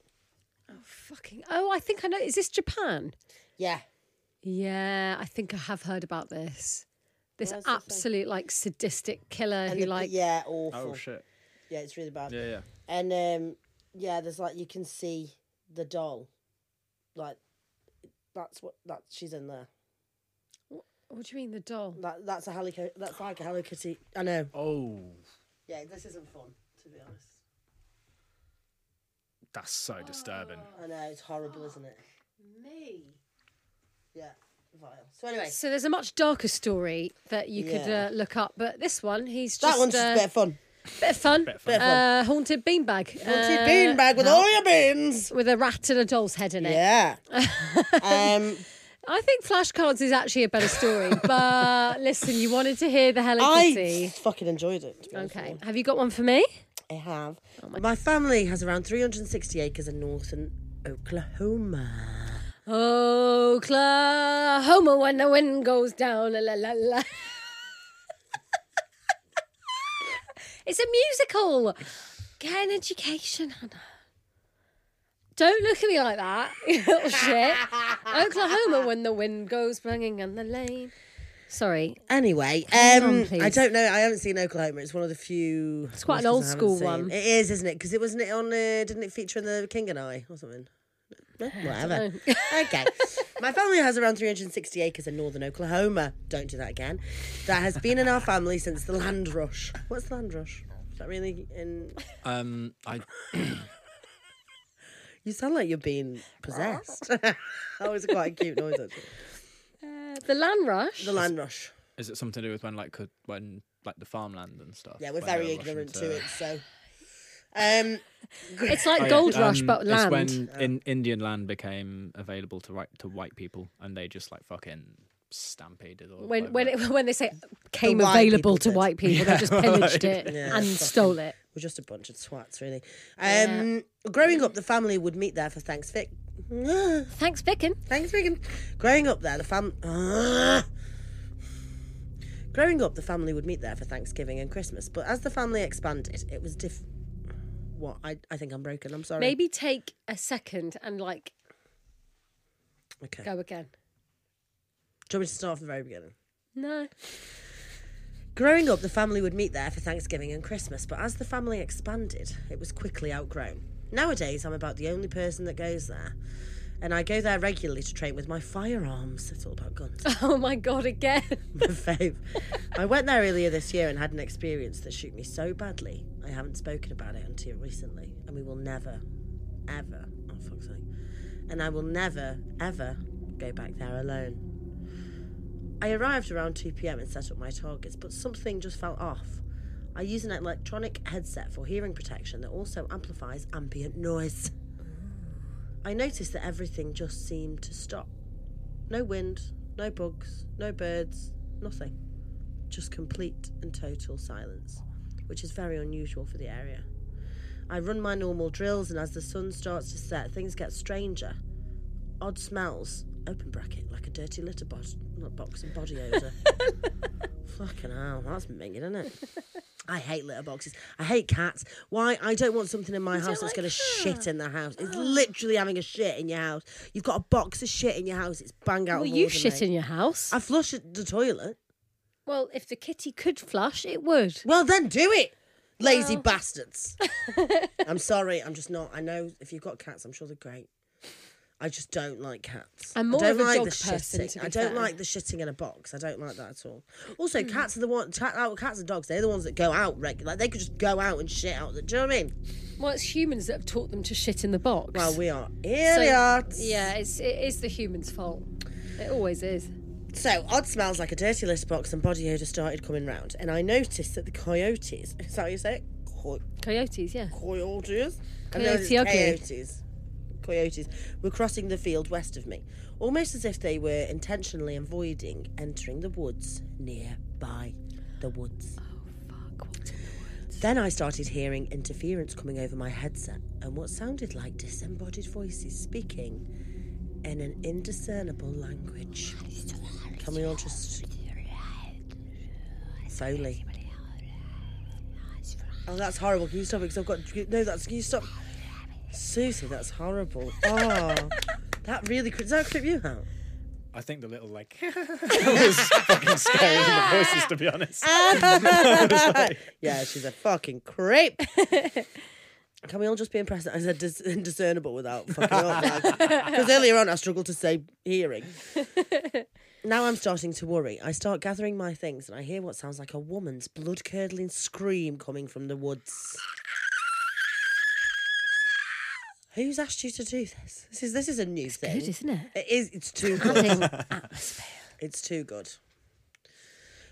Oh, fucking. Oh, I think I know. Is this Japan?
Yeah,
Yeah, I think I have heard about this. This
Where's the thing?
absolute like sadistic killer who
the-
like
yeah, awful.
Oh shit.
Yeah, it's really bad.
Yeah, yeah.
And um, yeah, there's like you can see the doll, like that's what that she's in there.
What do you mean the doll?
That that's a Hello Kitty. That's like a Hello Kitty. I know.
Oh,
Yeah, this isn't fun to be honest.
that's so disturbing.
I know it's horrible, isn't it?
Me.
Yeah, vile. So anyway,
So there's a much darker story that you could
Yeah.
uh, look up, but this one he's
that
just
one's
uh,
just a bit of fun.
Bit of fun.
Bit of fun.
Uh, haunted beanbag.
Haunted
Uh,
beanbag with all your beans.
With a rat and a doll's head in it.
Yeah. um,
I think flashcards is actually a better story. but listen, you wanted to hear the Hello
I
Kitty.
fucking enjoyed it. to be honest with
Okay.
you.
Have you got one for me?
I have. my family has around 360 acres in northern Oklahoma.
Oklahoma when the wind goes down. La, la, la, la. it's a musical. Get an education, Hannah. Don't look at me like that, you little shit. Oklahoma when the wind goes blowing on the lane. Sorry,
Anyway,
on,
um, I
please.
don't know. I haven't seen Oklahoma. It's one of the few. It's
quite an old school one.
It is, isn't it? Because it wasn't it on. Uh, didn't it feature in the King and I or something? No, whatever. okay. My family has around 360 acres in northern Oklahoma. Don't do that again. That has been in our family since the land rush. What's the land rush? Is that really in?
Um, I
You sound like you're being possessed. that was quite a cute noise. Actually.
Uh, the land rush.
The land rush.
is it something to do with when like could, when like the farmland and stuff?
Yeah, we're
when
very
they were rushing
ignorant
to-
to it. So, um,
It's like
Oh, yeah.
gold rush,
Um,
but land.
It's when in, Indian land became available to white to white people, and they just like fucking stampeded all
when
over
when
it.
it, when they say came
white
available
people
to
did.
white people, they just pillaged it
Yeah,
and
fucking-
stole it.
We're just a bunch of swats, really. Um, Growing up, the family would meet there for Thanksgiving.
Thanks, Bicken.
Thanksgiving. Growing up there, the fam. Growing up, the family would meet there for Thanksgiving and Christmas. But as the family expanded, it was diff. What I I think I'm broken. I'm sorry.
Maybe take a second and like
Okay.
go again.
Do you want me to start from the very beginning?
No.
Growing up, the family would meet there for Thanksgiving and Christmas, but as the family expanded, it was quickly outgrown. Nowadays, I'm about the only person that goes there, and I go there regularly to train with my firearms. It's all about guns.
Oh my god, again.
my fave. I went there earlier this year and had an experience that shook me so badly. I haven't spoken about it until recently, and we will never, ever, oh fuck's sake, and I will never, ever go back there alone. I arrived around 2 pm and set up my targets, but something just fell off. I use an electronic headset for hearing protection that also amplifies ambient noise. I noticed that everything just seemed to stop. No wind, no bugs, no birds, nothing. Just complete and total silence, which is very unusual for the area. I run my normal drills, and as the sun starts to set, things get stranger. Odd smells, open bracket, like a dirty litter bo- not box and body odour. Fucking hell, that's minging, isn't it? I hate litter boxes. I hate cats. Why? I don't want something in my house that's going to shit in the house.
Oh.
It's literally having a shit in your house. You've got a box of shit in your house. It's bang out
Well,
of
you
order,
shit
mate.
in your house.
I flush it- the toilet.
Well, if the kitty could flush, it would.
Well, then do it, lazy bastards. I'm sorry, I'm just not. I know if you've got cats, I'm sure they're great. I just don't like cats.
I'm more
I don't
of a
like
dog
the
person,
shitting.
to be
I don't
fair. Hmm.
like the shitting in a box. I don't like that at all. Also, cats are the one. Cat, oh, cats and dogs. They're the ones that go out regularly. Like they could just go out and shit out. The, do you know what I mean?
Well, it's humans that have taught them to shit in the box.
Well, we are here.
So-
we are.
Yeah, it's it is the humans' fault. It always is.
So, odd smells like a dirty litter box and body odour started coming round, and I noticed that the coyotes. Is that how you say it? Coy-
Coyotes, yeah.
coyotes. I
Coyote
know it's
ugly.
coyotes. Coyotes were crossing the field west of me, almost as if they were intentionally avoiding entering the woods nearby. The woods.
Oh, Fuck. what-
Then I started hearing interference coming over my headset and what sounded like disembodied voices speaking in an indiscernible language. Can we all just. Foley. Oh, that's horrible. Can you stop it? Because I've got. No, that's. Can you stop? Susie, that's horrible. Oh, that really. cre- Does that creep you out?
I think the little like was fucking scary in the voices, to be honest.
Yeah, she's a fucking creep. Can we all just be impressed that I said dis- indiscernible without fucking up? Because earlier on I struggled to say hearing. now I'm starting to worry. I start gathering my things and I hear what sounds like a woman's blood curdling scream coming from the woods. Who's asked you to do this? This is this is a new thing.
Good, isn't it?
It is. It's too good.
Adding atmosphere.
It's too good.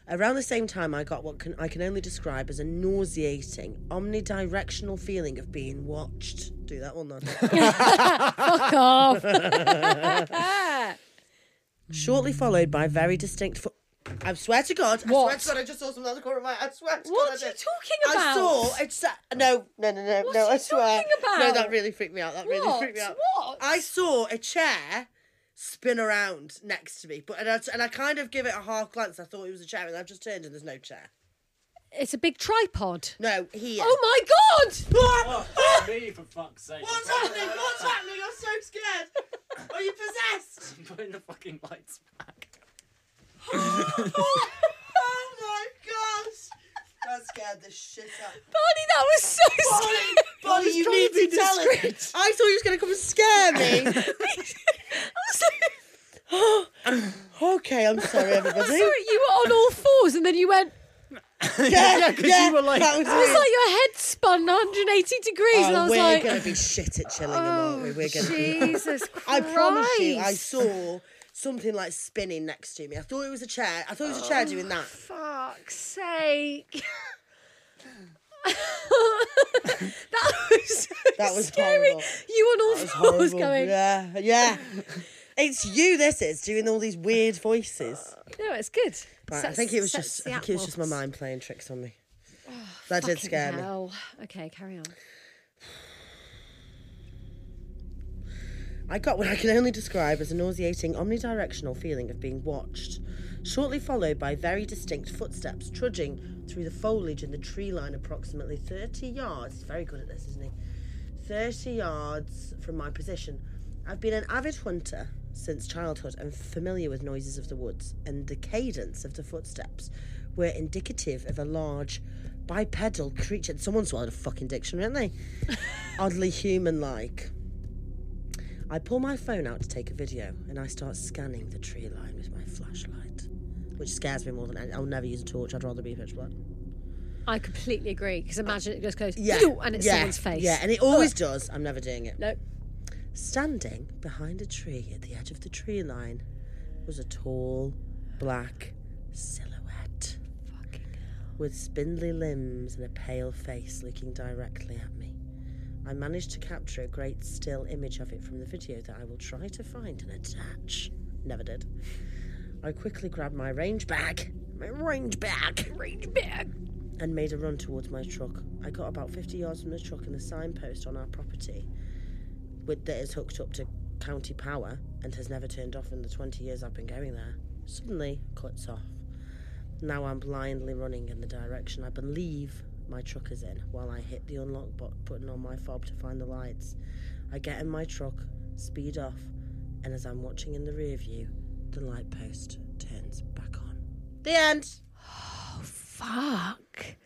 Around the same time, I got what can, I can only describe as a nauseating, omnidirectional feeling of being watched. Do that one then.
Fuck off.
Shortly followed by very distinct. Fo- I swear to God. I
What?
swear to God, I just saw something out of the corner of my eye. I swear to
What
God.
are
I
you
did.
talking
I
about?
saw it's a- no no no no
What
no.
are
I
you
swear.
talking about?
No, that really freaked me out. That really
What?
freaked me out.
What?
I saw a chair spin around next to me, but and I, and I kind of give it a half glance. I thought it was a chair, and I've just turned and there's no chair.
It's a big tripod.
No, here.
Oh my god!
Ah! Ah!
Me, for fuck's sake.
What's happening? What's happening? I'm so scared. Are you possessed?
I'm putting the fucking lights back.
Oh my gosh! That scared the shit out. of me.
Barney, that was so scary.
Bonnie, you need to tell it. I thought you was gonna come and scare me.
I'm sorry.
okay, I'm sorry, everybody.
I'm sorry, you were on all fours and then you went.
Yeah,
Yeah, 'cause you were like-
that was
It was
me.
like your head spun 180 degrees, and I
Oh,
was
we're
like, oh,
gonna be shit at chilling, aren't we? We're gonna. be-
Jesus Christ!
I promise you, I saw something like spinning next to me. I thought it was a chair. I thought it was a chair doing that.
Fuck's sake! that was so
That was
scary.
horrible.
You on all fours
Horrible.
going?
Yeah, yeah. It's you. This is doing all these weird voices.
No, it's good.
Right, I
Sets-
think it was
sets
just.
Uh, the
I think it was just my
atmos.
mind playing tricks on me. that did
Fucking
scare me.
hell. Okay, carry on.
I got what I can only describe as a nauseating, omnidirectional feeling of being watched, shortly followed by very distinct footsteps trudging through the foliage in the tree line approximately 30 yards. He's very good at this, isn't he? 30 yards from my position. I've been an avid hunter since childhood and familiar with noises of the woods, and the cadence of the footsteps were indicative of a large bipedal creature. Someone swallowed a fucking dictionary, didn't they? Oddly human like. I pull my phone out to take a video and I start scanning the tree line with my flashlight, which scares me more than any- I'll never use a torch. I'd rather be pitch black.
I completely agree because imagine it just goes
Yeah,
and it's
yeah,
someone's face.
Yeah, and it always does. I'm never doing it.
no,
Standing behind a tree at the edge of the tree line was a tall, black silhouette with spindly limbs and a pale face looking directly at me. I managed to capture a great still image of it from the video that I will try to find and attach. Never did. I quickly grabbed my range bag, my range bag, range bag, and made a run towards my truck. I got about 50 yards from the truck and the signpost on our property with, that is hooked up to county power and has never turned off in the 20 years I've been going there suddenly cuts off. Now I'm blindly running in the direction I believe my truck is in while I hit the unlock bu- button on my fob to find the lights. I get in my truck, speed off, and as I'm watching in the rear view, the light post turns back on. The end!
fuck.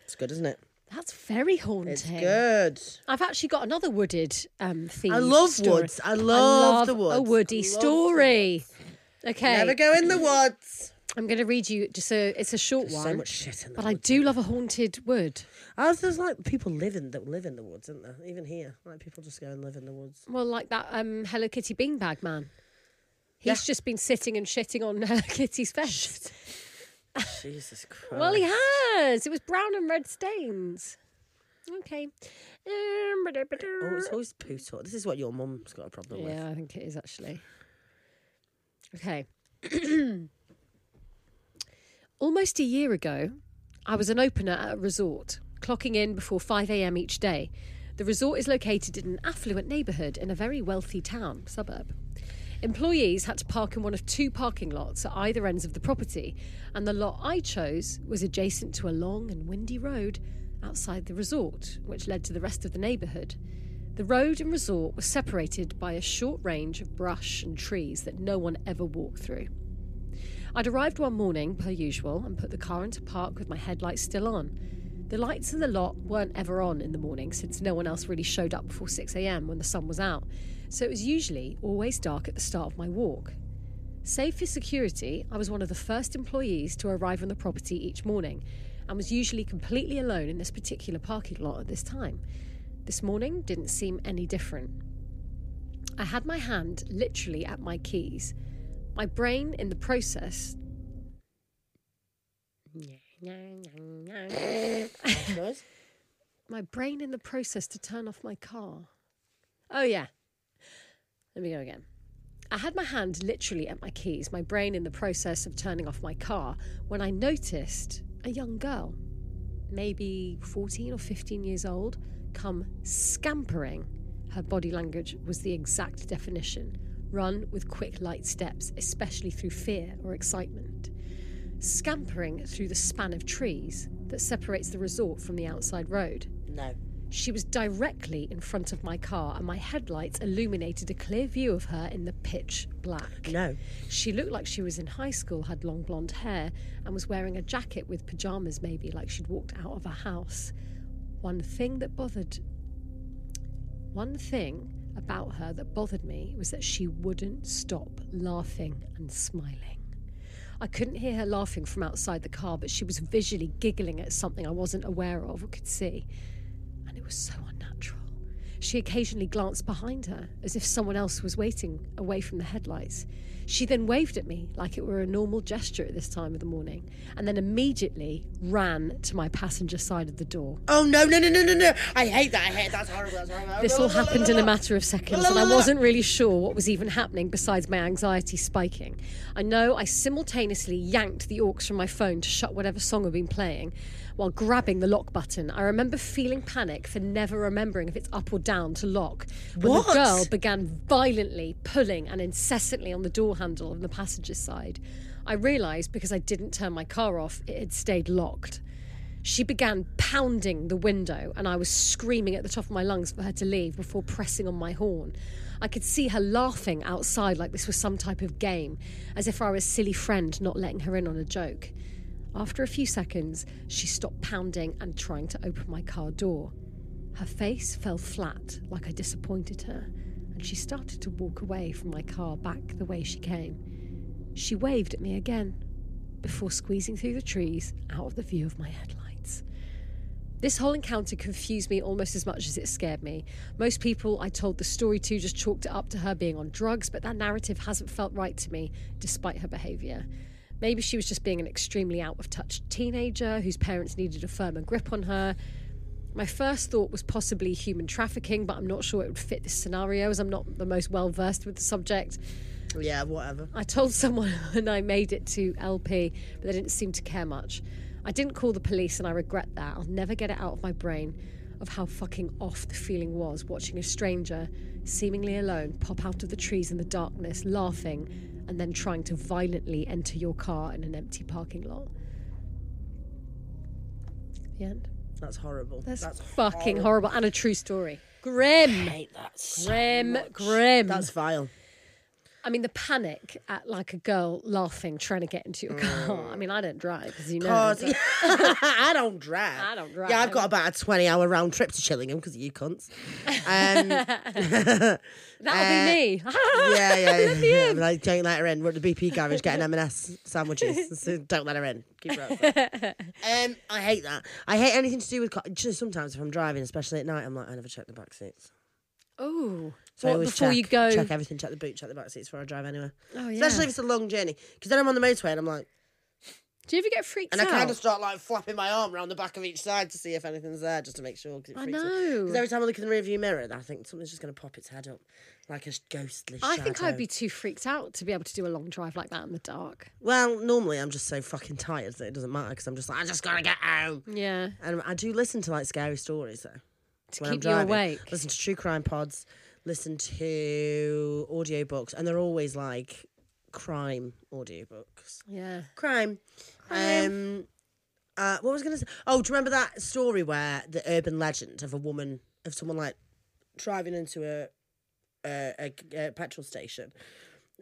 It's good, isn't it?
That's very haunting.
It's good.
I've actually got another wooded um, theme.
I love
story.
woods. I love the
A
woods.
woody
I love the
story. Okay,
Never go in the woods.
I'm going to read you just a. It's a short
There's
one,
so much shit in the
but I
woods.
do love a haunted wood.
I was there's like people live in that live in the woods, isn't there? Even here, like people just go and live in the woods.
Well, like that um, Hello Kitty beanbag man. He's just been sitting and shitting on Hello Kitty's vest.
Jesus Christ.
Well, he has. It was brown and red stains. Okay. Um,
Oh, it's always poo talk. This is what your mum's got a problem with.
Yeah, I think it is actually. Okay. Almost a year ago, I was an opener at a resort, clocking in before 5 a.m. each day. The resort is located in an affluent neighbourhood in a very wealthy town, suburb. Employees had to park in one of two parking lots at either ends of the property, and the lot I chose was adjacent to a long and windy road outside the resort, which led to the rest of the neighbourhood. The road and resort were separated by a short range of brush and trees that no one ever walked through. I'd arrived one morning, per usual, and put the car into park with my headlights still on. The lights in the lot weren't ever on in the morning since no one else really showed up before 6am when the sun was out, so it was usually always dark at the start of my walk. Save for security, I was one of the first employees to arrive on the property each morning and was usually completely alone in this particular parking lot at this time. This morning didn't seem any different. I had my hand literally at my keys, my brain in the process.
That's good.
My brain in the process to turn off my car. Oh, yeah. Let me go again. I had my hand literally at my keys, my brain in the process of turning off my car, when I noticed a young girl, maybe 14 or 15 years old, come scampering. Her body language was the exact definition run with quick, light steps, especially through fear or excitement. Scampering through the span of trees that separates the resort from the outside road.
No.
She was directly in front of my car, and my headlights illuminated a clear view of her in the pitch black.
No.
She looked like she was in high school, had long blonde hair, and was wearing a jacket with pajamas, maybe like she'd walked out of a house. One thing that bothered. One thing about her that bothered me was that she wouldn't stop laughing and smiling. I couldn't hear her laughing from outside the car, but she was visually giggling at something I wasn't aware of or could see and it was so unnatural. She occasionally glanced behind her as if someone else was waiting away from the headlights. She then waved at me like it were a normal gesture at this time of the morning, and then immediately ran to my passenger side of the door.
Oh no no no no no no! I hate that. I hate that. That's horrible. That's horrible.
This
No,
all
no, no, no,
happened in
no.
a matter of seconds, and I wasn't really sure what was even happening besides my anxiety spiking. I know I simultaneously yanked the aux from my phone to shut whatever song had been playing while grabbing the lock button. I remember feeling panic for never remembering if it's up or down to lock. When the
What?
girl began violently pulling and incessantly on the door handle on the passenger side. I realised because I didn't turn my car off, it had stayed locked. She began pounding the window, and I was screaming at the top of my lungs for her to leave before pressing on my horn. I could see her laughing outside like this was some type of game, as if I were a silly friend not letting her in on a joke. After a few seconds, she stopped pounding and trying to open my car door. Her face fell flat like I disappointed her, and she started to walk away from my car back the way she came. She waved at me again before squeezing through the trees out of the view of my headlights. This whole encounter confused me almost as much as it scared me. Most people I told the story to just chalked it up to her being on drugs, but that narrative hasn't felt right to me despite her behaviour. Maybe she was just being an extremely out of touch teenager whose parents needed a firmer grip on her. My first thought was possibly human trafficking, but I'm not sure it would fit this scenario as I'm not the most well versed with the subject.
Yeah, whatever.
I told someone and I made it to LP, but they didn't seem to care much. I didn't call the police and I regret that. I'll never get it out of my brain of how fucking off the feeling was watching a stranger, seemingly alone, pop out of the trees in the darkness, laughing, and then trying to violently enter your car in an empty parking lot. The end.
That's horrible.
That's,
That's
fucking horrible. and a true story. Grim.
hate that. so
Grim,
much.
grim.
That's vile.
I mean, the panic at like a girl laughing, trying to get into your car. I mean, I don't drive, as you know.
Mm. Cause
but-
I don't drive.
I don't drive.
Yeah, I've got about a twenty-hour round trip to Chillingham because of you cunts. Um,
That'll be me.
Yeah, yeah, yeah. Like, don't let her in. We're at the BP garage getting M&S sandwiches. So don't let her in. Keep her outside. um, I hate that. I hate anything to do with. Car- Just sometimes if I'm driving, especially at night, I'm like, I never check the back seats.
oh,
So I
what,
always
before you
check-
go.
check everything, check the boot, check the back seats before I drive anywhere.
Oh,
Especially
yeah.
if it's a long journey, because then I'm on the motorway and I'm like,
Do you ever get freaked
and
out?
I kind of start like flapping my arm around the back of each side to see if anything's there, just to make sure. Cause it
I
freaks me.
know.
'Cause every time I look in the rearview mirror, I think something's just going to pop its head up, like a sh- ghostly.
I think
shadow.
I'd be too freaked out to be able to do a long drive like that in the dark.
Well, normally I'm just so fucking tired that it doesn't matter because I'm just like, I just gotta get home.
Yeah.
And I do listen to like scary stories though.
To
when I'm
keep you
driving.
awake.
Listen to true crime pods, listen to audiobooks, and they're always like crime audiobooks.
Yeah.
Crime. Um, uh, what was I gonna say? Oh, do you remember that story where the urban legend of a woman, of someone like driving into a, a, a, a petrol station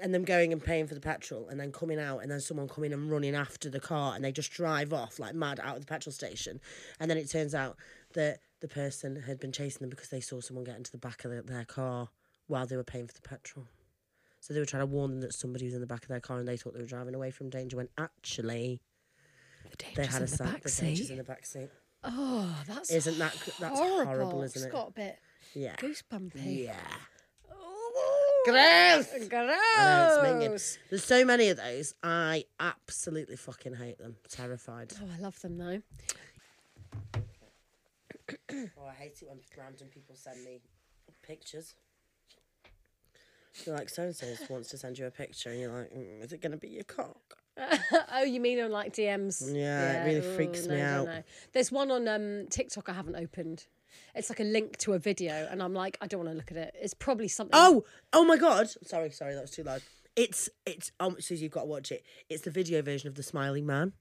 and them going and paying for the petrol and then coming out and then someone coming and running after the car and they just drive off like mad out of the petrol station and then it turns out that the person had been chasing them because they saw someone get into the back of the, their car while they were paying for the petrol so they were trying to warn them that somebody was in the back of their car and they thought they were driving away from danger when actually
The
they
danger's
had a
in the
sa-
back
the
seat.
danger's in the back seat
Oh, that's
Isn't that- that's horrible,
It's
isn't it?
got a bit
yeah
goosebumpy.
yeah
Oh.
Gross. I know, it's minging.
Gross.
There's so many of those. I absolutely fucking hate them. Terrified.
Oh, I love them though.
Oh, I hate it when random people send me pictures. You're like, so and so wants to send you a picture, and you're like, mm, is it going to be your cock?
oh, you mean on like DMs?
Yeah, it really freaks me out.
There's one on um, TikTok I haven't opened. It's like a link to a video, and I'm like, I don't want to look at it. It's probably something.
Oh, oh my God. Sorry, sorry, that was too loud. It's, it's, um, Susie, you've got to watch it. It's the video version of The Smiling Man.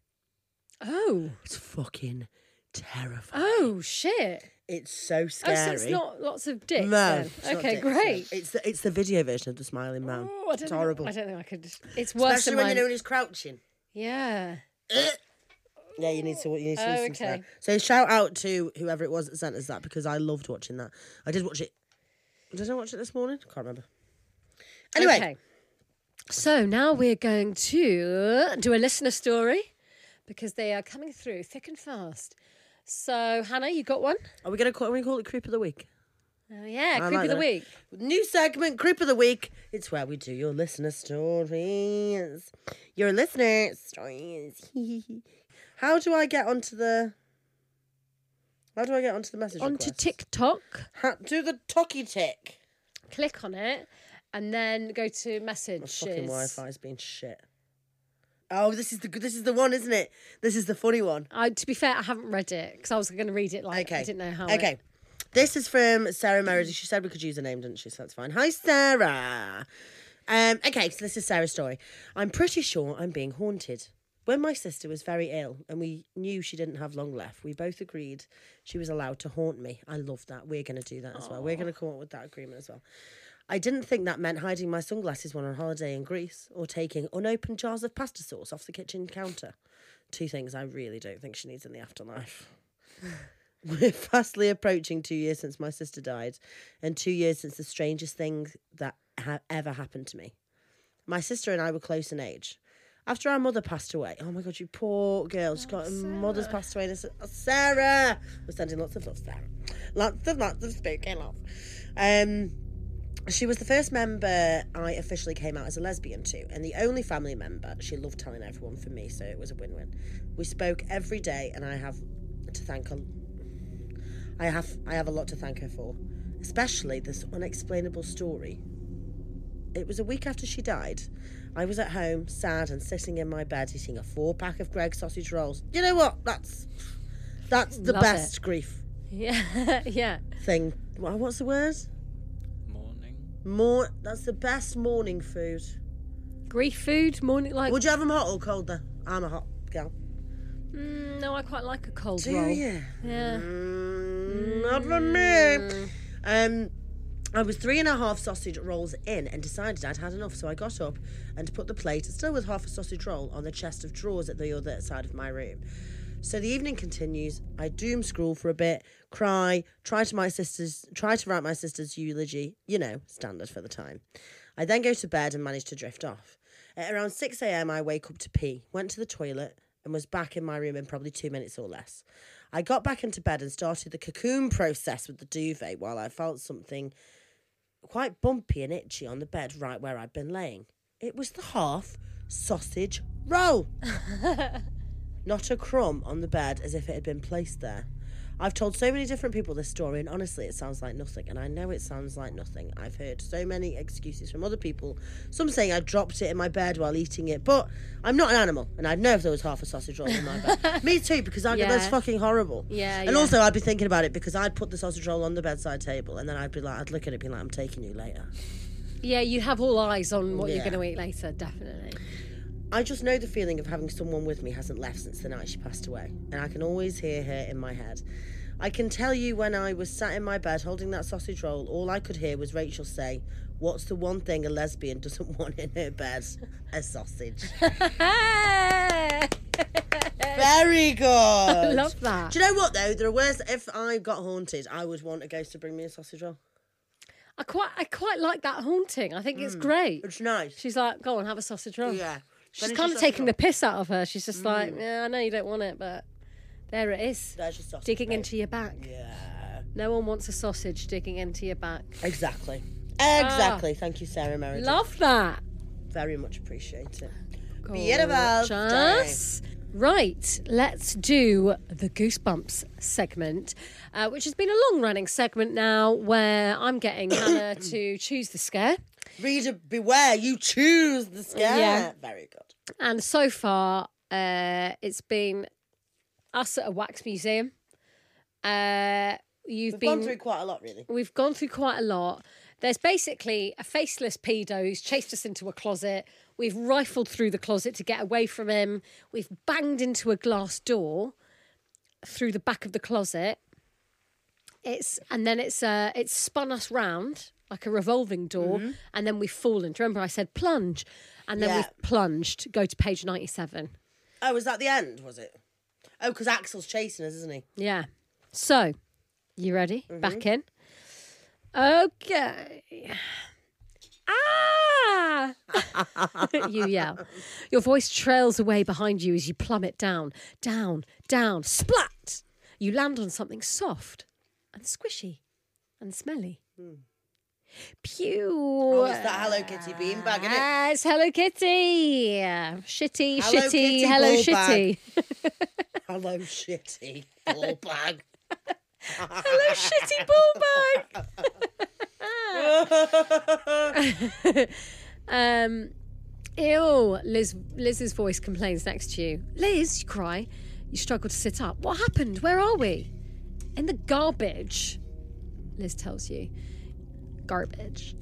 oh,
It's fucking terrifying.
oh, shit!
It's so
Oh,
scary.
so it's not lots of dicks.
No,
then.
it's not
okay,
dicks, no.
great.
It's the it's the video version of the smiling man.
Oh, I don't
it's
think-
horrible.
I don't think I could. It's worse
Especially
than
when you
mine.
know when he's crouching.
Yeah.
Yeah, you need to you need to
Oh,
listen to that.
okay.
So shout out to whoever it was that sent us that because I loved watching that. I did watch it. Did I watch it this morning? Can't remember. Anyway,
Okay. So now we're going to do a listener story because they are coming through thick and fast. So Hannah, you got one?
are we gonna call? Are we gonna call it creep of the week?
Oh yeah, creep
like
of the
that.
week.
New segment, creep of the week. It's where we do your listener stories. Your listener stories. How do I get onto the? How do I get onto the message?
Onto
requests?
TikTok,
Ha- do the tocky tick.
click on it, and then go to
My
messages.
fucking Wi-Fi's been shit. Oh, this is the good- this is the one, isn't it? This is the funny one.
I, to be fair, I haven't read it because I was going to read it like
Okay.
I didn't know how. it-
Okay. This is from Sarah Meredith. She said we could use her name, didn't she? So that's fine. Hi, Sarah. Um, okay, so this is Sarah's story. I'm pretty sure I'm being haunted. When my sister was very ill and we knew she didn't have long left, we both agreed she was allowed to haunt me. I love that. We're going to do that as well. We're going to come up with that agreement as well. I didn't think that meant hiding my sunglasses when on holiday in Greece or taking unopened jars of pasta sauce off the kitchen counter. Two things I really don't think she needs in the afterlife. We're fastly approaching two years since my sister died, and two years since the strangest thing that ha- ever happened to me. My sister and I were close in age. After our mother passed away, oh my god, you poor girl, she's got her mother's passed away. And it's, oh, Sarah, we're sending lots of love, Sarah, lots of lots of spooky love. Um, she was the first member I officially came out as a lesbian to, and the only family member. She loved telling everyone for me, so it was a win-win. We spoke every day, and I have to thank her I have I have a lot to thank her for, especially this unexplainable story. It was a week after she died. I was at home, sad and sitting in my bed eating a four pack of Greg sausage rolls. You know what? That's that's the
Love it.
best grief
Yeah, yeah.
thing. Wha- What's the word?
Morning.
More. That's the best morning food.
Grief food, morning like.
Would you have them hot or cold? Then I'm a hot girl.
Mm, no, I quite like a cold
Do
roll.
you?
Yeah.
Mm, not for me. Um, I was three and a half sausage rolls in and decided I'd had enough, so I got up and put the plate, still with half a sausage roll, on the chest of drawers at the other side of my room. So the evening continues. I doom scroll for a bit, cry, try to my sister's, try to write my sister's eulogy. You know, standard for the time. I then go to bed and manage to drift off. At around six a.m., I wake up to pee, went to the toilet, and was back in my room in probably two minutes or less. I got back into bed and started the cocoon process with the duvet while I felt something quite bumpy and itchy on the bed right where I'd been laying. It was the half sausage roll. Not a crumb on the bed as if it had been placed there. I've told so many different people this story, and honestly, it sounds like nothing. And I know it sounds like nothing. I've heard so many excuses from other people. Some saying I dropped it in my bed while eating it, but I'm not an animal, and I'd know if there was half a sausage roll in my bed. Me too, because I go, that's
Yeah.
fucking horrible.
Yeah,
And
yeah.
also, I'd be thinking about it because I'd put the sausage roll on the bedside table, and then I'd be like, I'd look at it, being like, I'm taking you later.
Yeah, you have all eyes on what you're
Yeah.
going to eat later, definitely.
I just know the feeling of having someone with me hasn't left since the night she passed away, and I can always hear her in my head. I can tell you when I was sat in my bed holding that sausage roll, all I could hear was Rachel say, What's the one thing a lesbian doesn't want in her bed? A sausage. Very good. I
Love that.
Do you know what though? There are worse. If I got haunted, I would want a ghost to bring me a sausage roll.
I quite, I quite like that haunting. I think it's great.
It's nice.
She's like, go on, have a sausage roll.
Hmm. Yeah.
She's kind of taking the piss out of her. She's just
Hmm.
like, yeah, I know you don't want it, but there it is.
There's your sausage.
Digging
mate.
into your back.
Yeah.
No one wants a sausage digging into your back.
Exactly. Exactly. Thank you, Sarah Merritt.
Ah. Love that.
Very much appreciate it.
Gorgeous.
Beautiful. day.
Right, let's do the Goosebumps segment, uh, which has been a long running segment now where I'm getting Hannah to choose the scare.
Reader, beware. You choose the scare.
Yeah.
Very good.
And so far, uh, it's been us at a wax museum. Uh, you've
We've
been.
gone through quite a lot, really.
we've gone through quite a lot. There's basically a faceless pedo who's chased us into a closet. We've rifled through the closet to get away from him. We've banged into a glass door through the back of the closet. It's and then it's uh it's spun us round like a revolving door, and then we've fallen. Do you Remember, I said plunge, and then
Yeah.
we've plunged. Go to page ninety-seven.
Oh, was that the end? Was it? Oh, because Axel's chasing us, isn't he?
Yeah. So, you ready?
Mm-hmm.
Back in. Okay. Ah! you yell. Your voice trails away behind you as you plummet down, down, down. Splat! You land on something soft and squishy and smelly.
Hmm.
Pew!
Oh, it's that Hello Kitty beanbag, isn't it?
Ah, it's Hello Kitty. Shitty,
Hello
shitty,
Kitty
hello,
ball bag.
shitty.
Hello Shitty ball bag.
hello, shitty ball bag. Um, ew, Liz. Liz's voice complains next to you. Liz, you cry. You struggle to sit up. What happened? Where are we? In the garbage. Liz tells you. Garbage.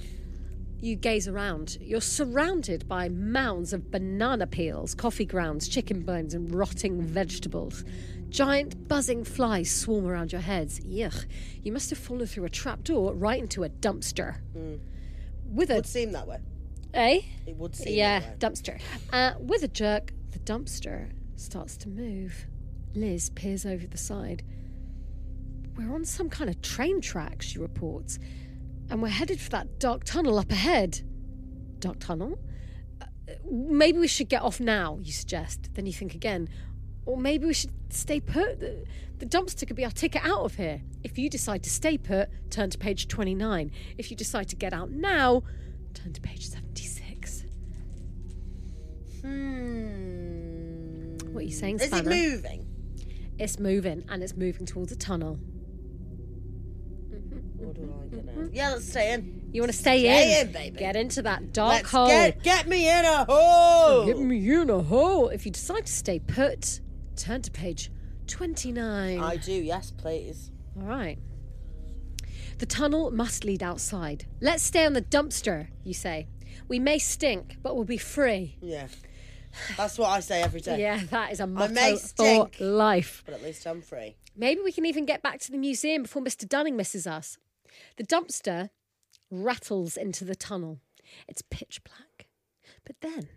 You gaze around. You're surrounded by mounds of banana peels, coffee grounds, chicken bones, and rotting vegetables. Giant buzzing flies swarm around your heads. Yuck. You must have fallen through a trapdoor right into a dumpster. With a.
Would seem that way.
eh?
It would seem.
Yeah,
That way.
dumpster. Uh, with a jerk, the dumpster starts to move. Liz peers over the side. We're on some kind of train track, she reports, and we're headed for that dark tunnel up ahead. Dark tunnel? Uh, Maybe we should get off now, you suggest. Then you think again. Or maybe we should stay put. The, the dumpster could be our ticket out of here. If you decide to stay put, turn to page 29. If you decide to get out now, turn to page 76. What are you saying,
Is it
Spanner?
moving?
It's moving, and it's moving towards a tunnel.
Or do I get out? Yeah, let's stay in.
You want to stay,
Stay
in?
in, baby.
Get into that dark
Let's
hole.
get get me in a hole.
Get me in a hole. If you decide to stay put, turn to page 29.
I do, yes, please.
All right. The tunnel must lead outside. Let's stay on the dumpster, you say. We may stink, but we'll be free.
Yeah. That's what I say every day.
Yeah, that is a motto
may
for
stink.
life.
But at least I'm free.
Maybe we can even get back to the museum before Mr. Dunning misses us. The dumpster rattles into the tunnel. It's pitch black. But then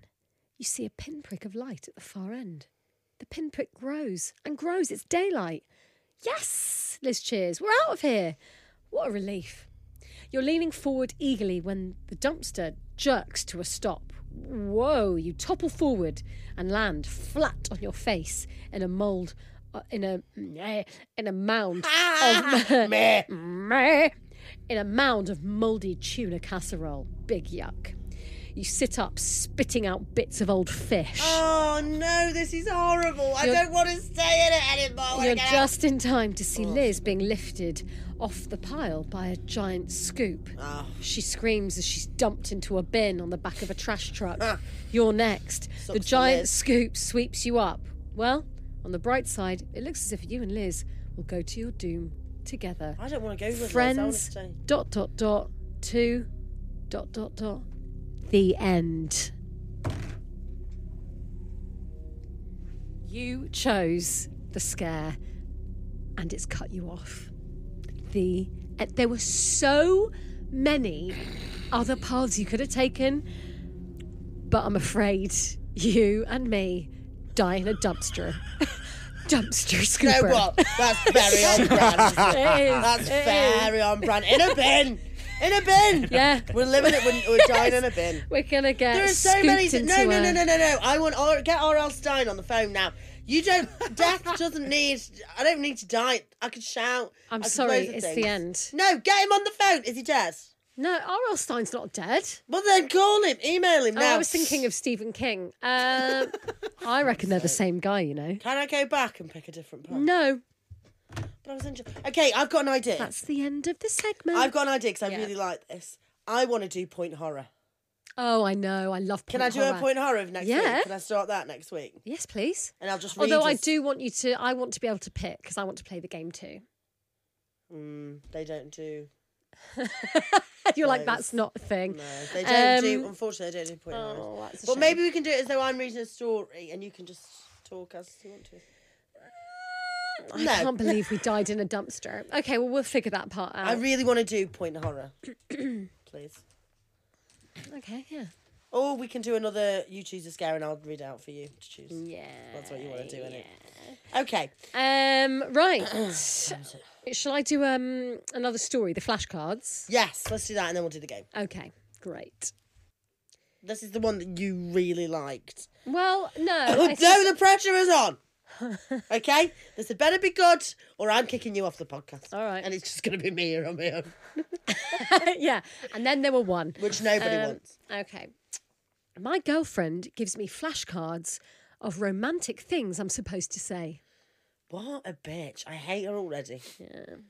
you see a pinprick of light at the far end. The pinprick grows and grows. It's daylight. Yes, Liz cheers. We're out of here. What a relief. You're leaning forward eagerly when the dumpster jerks to a stop. Whoa, you topple forward and land flat on your face in a mold uh, in a in a mound of
Meh.
in a mound of moldy tuna casserole. Big yuck. You sit up spitting out bits of old fish.
Oh no, this is horrible. I
You're-
don't want to stay in it anymore. I Oh, wanna
You're
get out. Oh.
just in time to see Liz being lifted off the pile by a giant scoop.
Oh.
She screams as she's dumped into a bin on the back of a trash truck. You're next. the
Sucks for
giant
Liz.
scoop sweeps you up. Well, on the bright side, it looks as if you and Liz will go to your doom together.
I don't want to go with Liz, I want to
Friends,
stay.
dot, dot, dot, two, dot, dot, dot, the end. You chose the scare and it's cut you off. The uh, there were so many other paths you could have taken, but I'm afraid you and me die in a dumpster. dumpster
You
scooper.
know what? That's very on brand.
It is,
That's
it is.
very on brand. In a bin. In a bin.
Yeah.
We're living it. We're, we're dying in a bin.
We're gonna get.
There are so
scooped
many.
Into
No, no,
a-
no, no, no, no. I want R- get R.L. Stein on the phone now. You don't. Death doesn't need. I don't need to die. I could shout.
I'm
I could
sorry,
loads of
it's the
things.
end.
No, get him on the phone. Is he dead?
No, R.L. Stein's not dead.
But then call him, email him
Oh,
now.
I was thinking of Stephen King. Um, I reckon they're the same guy, you know.
Can I go back and pick a different part?
No,
But I was interested. Okay, I've got an idea.
that's the end of the segment.
I've got an idea because I
Yeah.
really like this. I want to do point horror.
Oh, I know. I love.
Can
point
I do
horror.
a point horror of next
Yeah.
week? Can I start that next week?
Yes, please.
And I'll just read
Although I
us-
do want you to, I want to be able to pick because I want to play the game too.
Mm, they don't do.
You're like,
Nice.
that's not a thing.
No, uh, they don't do.
Um,
Unfortunately, they don't do point horror.
Oh, that's a
But
shame.
maybe we can do it as though I'm reading a story and you can just talk as you want to.
I
No.
can't believe we died in a dumpster. Okay, well we'll figure that part out.
I really want to do point horror. Please.
okay, yeah,
Or we can do another you choose a scare and I'll read out for you to choose.
yeah.
That's what you want to do, innit? Okay.
Um, right. Shall I do um another story? The flashcards.
Yes, let's do that and then we'll do the game.
Okay, great.
This is the one that you really liked.
Well, no.
no,
I think-
the pressure is on. okay? This had better be good or I'm kicking you off the podcast.
All right.
And it's just going to be me here on my own,
yeah, and then there were one.
which nobody
Um,
wants.
Okay. My girlfriend gives me flashcards of romantic things I'm supposed to say.
What a bitch. I hate her already.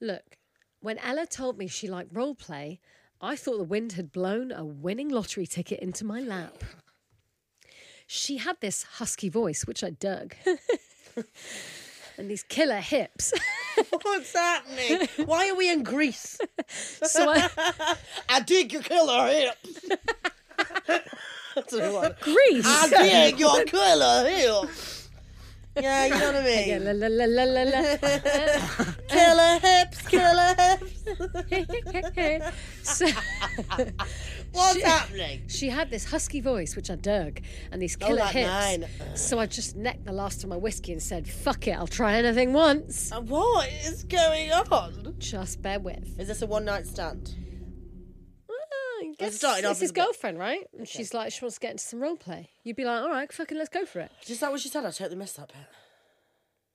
Look, when Ella told me she liked role play, I thought the wind had blown a winning lottery ticket into my lap. She had this husky voice, which I dug, and these killer hips.
What's happening? Why are we in Greece?
so I,
I dig your killer hips. That's what I want.
Greece.
I dig your killer hips. Yeah, you know what I
Yeah,
mean.
la, la, la, la, la, la.
Killer hips, killer hips.
so
What's happening?
she had this husky voice, which I dug, and these killer
Oh, that
hips.
nine.
So I just necked the last of my whiskey and said, "Fuck it, I'll try anything once."
And Uh, What is going on?
Just bear with.
Is this a one night stand?
Ah, I guess
starting off
it's his
as a bit-
girlfriend, right? And she's like, she wants to get into some role play. You'd be like, all right, fucking let's go for it.
Is that what she said? I totally missed that bit.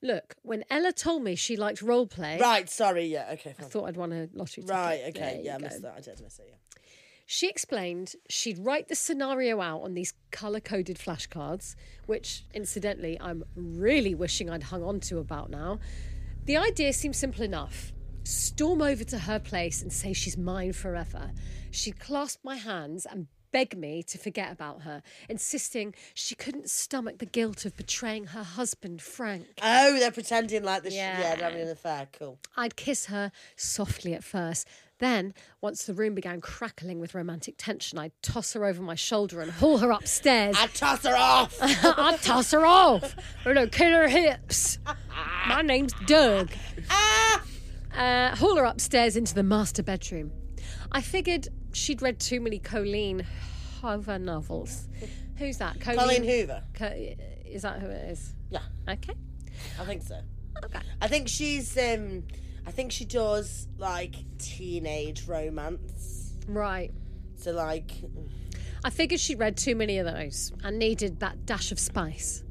Look, when Ella told me she liked role play,
Right, sorry, yeah, okay,
I
fine.
thought I'd won a lottery ticket.
Right,
There
okay,
you
yeah, I
go.
missed that. I did miss it, yeah.
She explained she'd write the scenario out on these colour coded flashcards, which incidentally I'm really wishing I'd hung on to about now. The idea seemed simple enough. Storm over to her place and say she's mine forever. She'd clasp my hands and beg me to forget about her, insisting she couldn't stomach the guilt of betraying her husband, Frank.
Oh, they're pretending like this. Yeah,
Yeah.
they're having an affair. Cool.
I'd kiss her softly at first. Then, once the room began crackling with romantic tension, I'd toss her over my shoulder and haul her upstairs.
I toss her off.
I'd toss her off with her killer hips. My name's Doug.
Ah!
Uh, haul her upstairs into the master bedroom. I figured she'd read too many Colleen Hoover novels. Who's that?
Colleen Hoover.
Co- is that who it is?
Yeah,
Okay.
I think so.
Okay.
I think she's um I think she does like teenage romance.
Right.
So like
I figured she read too many of those and needed that dash of spice.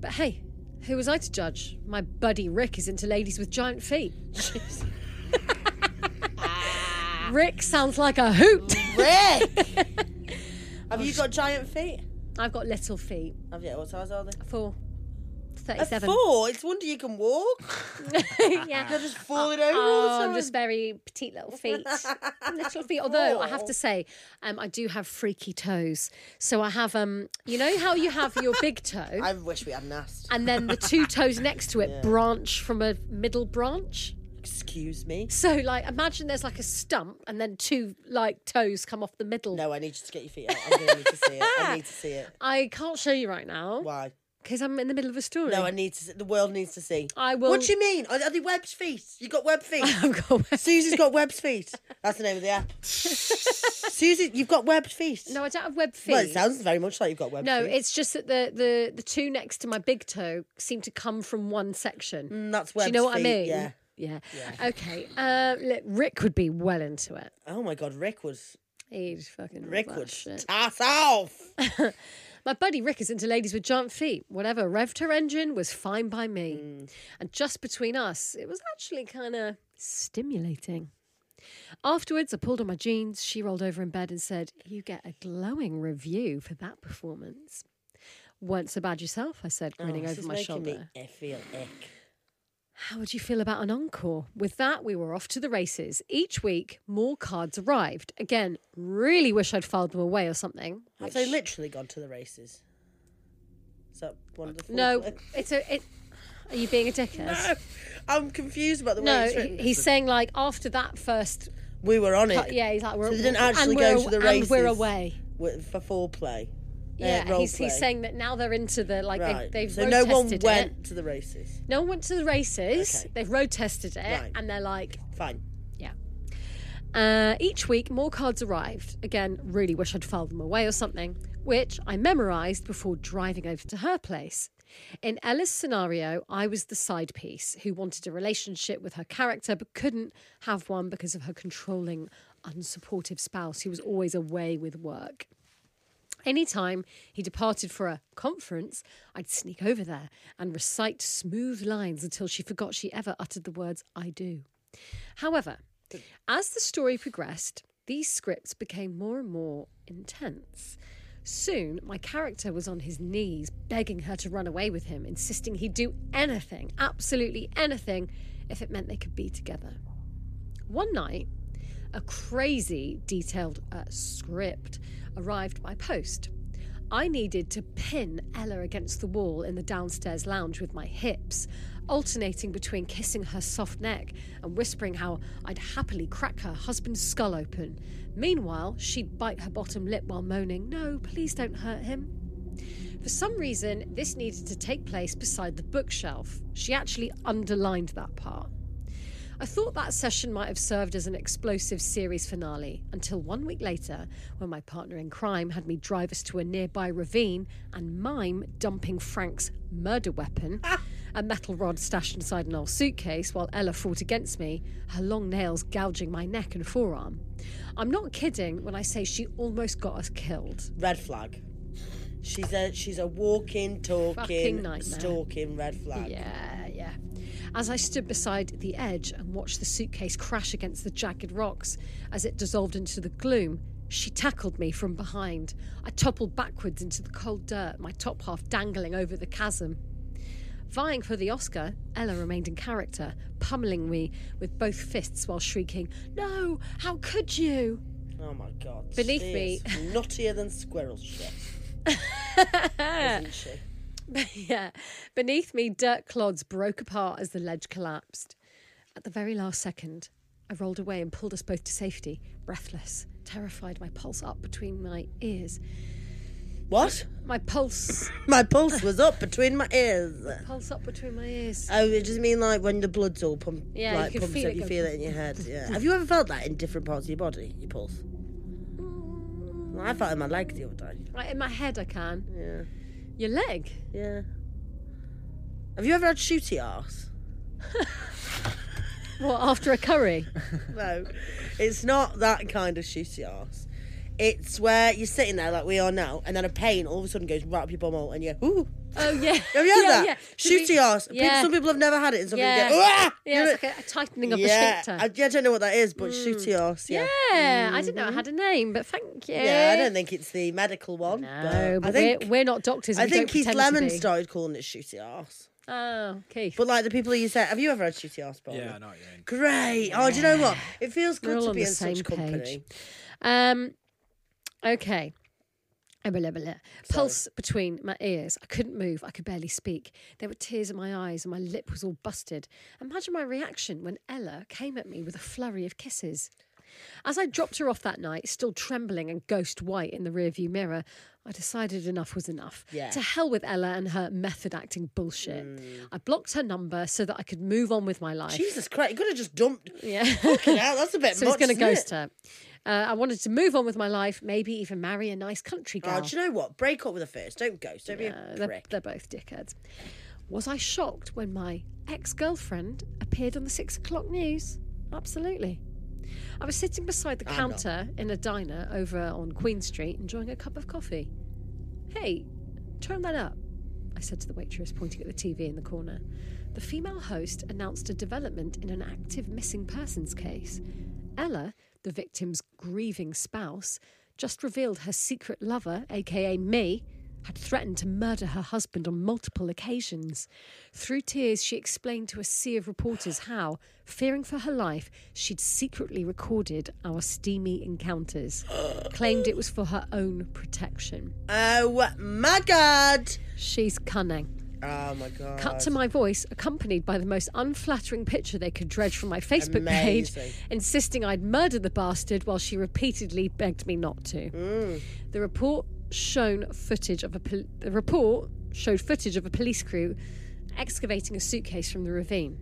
But hey, who was I to judge? My buddy Rick is into ladies with giant feet. Rick sounds like a hoot.
Rick Have you got giant feet?
I've got little feet.
Have you what size are they?
Four.
At
37.
four, it's wonder you can walk.
yeah.
They're just falling over all
Oh,
the
I'm
time.
just very petite little feet. little feet. Although I have to say, um, I do have freaky toes. So I have, um, you know how you have your big toe?
I wish we hadn't asked.
and then the two toes next to it branch from a middle branch.
Excuse me.
So, like, imagine there's like a stump, and then two like toes come off the middle.
No, I need you to get your feet out. I'm gonna need to see it. I need to see it.
I can't show you right now
Why?
because I'm in the middle of a story.
No, I need to see the world needs to see.
I will-
What do you mean? Are, are they webbed feet? You got webbed feet?
have got.
Susie's got webbed feet. That's the name of the app. Susie, you've got webbed feet.
No, I don't have web feet.
Well, it sounds very much like you've got webbed
no,
feet.
it's just that the, the the two next to my big toe seem to come from one section.
Mm, that's
Do
webbed
you know what
feet.
I mean?
Yeah.
Yeah. Okay. Uh, look, Rick would be well into it.
Oh my God, Rick was
He'd fucking love
Rick
that
was
shit.
tass off.
My buddy Rick is into ladies with giant feet. Whatever revved her engine was fine by
Mm.
me. And just between us, it was actually kind of stimulating. Afterwards, I pulled on my jeans. She rolled over in bed and said, You get a glowing review for that performance. Weren't so bad yourself, I said,
Oh,
grinning
this
over
is
my
making
shoulder.
Me I feel ick.
How would you feel about an encore? With that, we were off to the races. Each week, more cards arrived. Again, really wish I'd filed them away or something.
Have
which-
they literally gone to the races? Is that wonderful?
no, it's a. It, are you being a dickhead?
I'm confused about the way
No,
it's
he,
written.
he's saying like after that first.
we were on
cut-
it.
yeah, he's like we're.
So they didn't
and
actually
we're
go to the
aw- And we're
races.
away.
wi- for foreplay.
Yeah,
uh, role
he's, he's
play.
saying that now they're into the like
right.
they, they've
so
road
no one
tested
went
it.
to the races.
No one went to the races.
Okay.
They've road tested it,
Right.
and they're like,
Fine.
Uh, each week, more cards arrived. Again, really wish I'd filed them away or something, which I memorised before driving over to her place. In Ella's scenario, I was the side piece who wanted a relationship with her character but couldn't have one because of her controlling, unsupportive spouse who was always away with work. Anytime he departed for a conference, I'd sneak over there and recite smooth lines until she forgot she ever uttered the words, I do. However, as the story progressed, these scripts became more and more intense. Soon, my character was on his knees, begging her to run away with him, insisting he'd do anything, absolutely anything, if it meant they could be together. One night, a crazy detailed uh, script arrived by post. I needed to pin Ella against the wall in the downstairs lounge with my hips, alternating between kissing her soft neck and whispering how I'd happily crack her husband's skull open. Meanwhile, she'd bite her bottom lip while moaning, No, please don't hurt him. For some reason, this needed to take place beside the bookshelf. She actually underlined that part. I thought that session might have served as an explosive series finale until one week later, when my partner in crime had me drive us to a nearby ravine and mime dumping Frank's murder weapon, a metal rod stashed inside an old suitcase, while Ella fought against me, her long nails gouging my neck and forearm. I'm not kidding when I say she almost got us killed.
Red flag. She's a she's a walking, talking,
nightmare.
stalking red flag.
Yeah, yeah. As I stood beside the edge and watched the suitcase crash against the jagged rocks as it dissolved into the gloom, she tackled me from behind. I toppled backwards into the cold dirt, my top half dangling over the chasm. Vying for the Oscar, Ella remained in character, pummeling me with both fists while shrieking, No, how could you?
Oh my god.
Beneath
she
me-
is nuttier than squirrel shit. Isn't she?
yeah. Beneath me, dirt clods broke apart as the ledge collapsed. At the very last second, I rolled away and pulled us both to safety, breathless, terrified, my pulse up between my ears.
What?
My pulse,
My pulse was up between my ears.
pulse up between my ears.
Oh, it just mean like when the blood's all pump,
Yeah, you
like
can
pumps
feel
up,
it
you
go
feel it in your head. Yeah. Have you ever felt that in different parts of your body, your pulse? Well, I felt it in my leg the other day.
Right in my head, I can.
Yeah,
Your leg?
yeah. Have you ever had shooty arse?
What, after a curry?
No, it's not that kind of shooty arse. It's where you're sitting there like we are now, and then a pain all of a sudden goes right up your bumhole, and you're ooh.
Oh, yeah.
Have you had
yeah,
that?
Yeah. To
Shooty
be-
arse. People-
Yeah.
Some people have never had it, and some
Yeah.
people go, ah!
yeah, it's like a, a tightening of
yeah.
the
I,
sphincter.
yeah, I don't know what that is, but shooty arse, yeah.
yeah, I didn't know it had a name, but thank you.
Yeah, I don't think it's the medical one.
No,
but I
but
think
we're, we're not doctors.
I
we don't
think Keith
pretend to
Lemon
be.
started calling it shooty arse.
Oh, Keith.
But like the people you said, have you ever had shooty arse? Barbara?
Yeah, I know what you mean.
Great. Oh, do you know what? It feels
We're
good
all
to
on
be
the
in such
same
company.
Um, okay. Ah, blah, blah, blah. Pulse between my ears. I couldn't move. I could barely speak. There were tears in my eyes and my lip was all busted. Imagine my reaction when Ella came at me with a flurry of kisses. As I dropped her off that night, still trembling and ghost white in the rearview mirror, I decided enough was enough.
Yeah.
To hell with Ella and her method acting bullshit. I blocked her number so that I could move on with my life.
Jesus Christ, you could have just dumped.
Yeah.
Fucking hell, that's a bit
So
much.
he's going to
isn't it?
ghost her. Uh, I wanted to move on with my life, maybe even marry a nice country girl.
Oh, do you know what? Break up with her first. Don't ghost. Don't
Uh,
be a
they're,
prick.
they're both dickheads. Was I shocked when my ex girlfriend appeared on the six o'clock news? Absolutely. I was sitting beside the
I'm not.
counter in a diner over on Queen Street enjoying a cup of coffee. Hey, turn that up, I said to the waitress, pointing at the TV in the corner. The female host announced a development in an active missing persons case. Ella, the victim's grieving spouse, just revealed her secret lover, aka me, had threatened to murder her husband on multiple occasions. Through tears, she explained to a sea of reporters how, fearing for her life, she'd secretly recorded our steamy encounters, claimed it was for her own protection.
Oh my god!
She's cunning.
Oh my god!
Cut to my voice, accompanied by the most unflattering picture they could dredge from my Facebook
Amazing.
page, insisting I'd murder the bastard while she repeatedly begged me not to. The report shown footage of a pol- the report showed footage of a police crew excavating a suitcase from the ravine.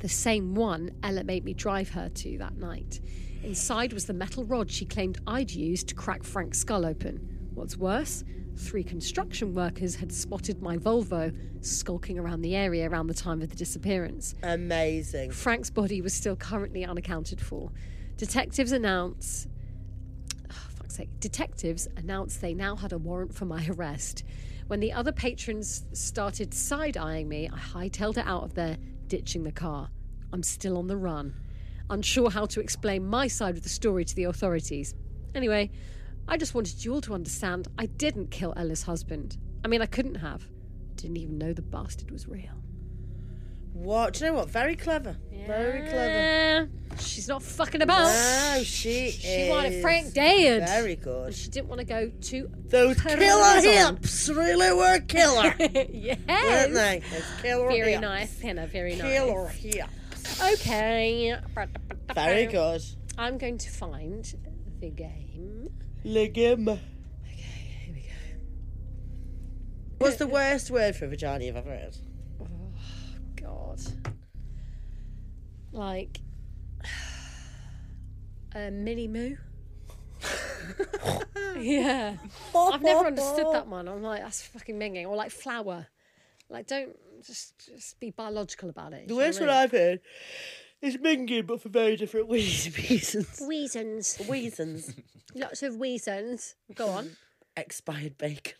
The same one Ella made me drive her to that night. Inside was the metal rod she claimed I'd used to crack Frank's skull open. What's worse, three construction workers had spotted my Volvo skulking around the area around the time of the disappearance.
Amazing.
Frank's body was still currently unaccounted for. Detectives announce. Oh, fuck's sake. Detectives announced they now had a warrant for my arrest. When the other patrons started side eyeing me, I hightailed it out of there, ditching the car. I'm still on the run, unsure how to explain my side of the story to the authorities. Anyway, I just wanted you all to understand I didn't kill Ella's husband. I mean, I couldn't have. Didn't even know the bastard was real.
What? Do you know what? Very clever. Very clever.
Yeah. She's not fucking about.
No, she
Oh, She wanted
is
Frank dead.
Very
And
good.
she didn't want to go too.
Those
Her
killer
eyes on.
hips really were killer, weren't
yes.
they? Those killer
Very
hips.
nice, Hannah. Very
Killer hip.
nice. Okay.
Very good.
I'm going to find the game.
Legume. What's the worst word for vagina you've ever heard?
God. Like a mini moo. yeah. I've never understood that one. I'm like, that's fucking minging. Or like flower. Like, don't just just be biological about it.
The worst one I've heard is minging, but for very different reasons.
Reasons.
Reasons.
Lots of reasons. Go on.
Expired bacon.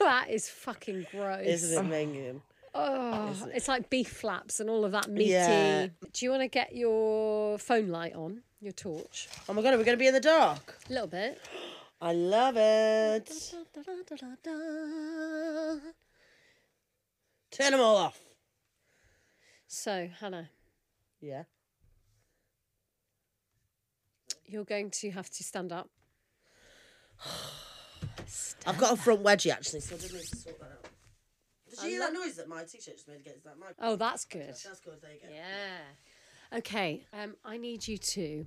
that is fucking gross.
Isn't it minging?
Oh, it's like beef flaps and all of that meaty.
Yeah.
Do you want to get your phone light on, your torch?
Oh my god, are we going to be in the dark?
A little bit.
I love
Oh
it. Turn them all off.
So, Hannah,
Yeah.
you're going to have to stand up.
I've got a front wedgie actually, so I didn't need to sort that out. Did you hear that noise that my t shirt just made against that mic?
Oh, that's good.
That's good, there you go.
Yeah. Okay. Um, I need you to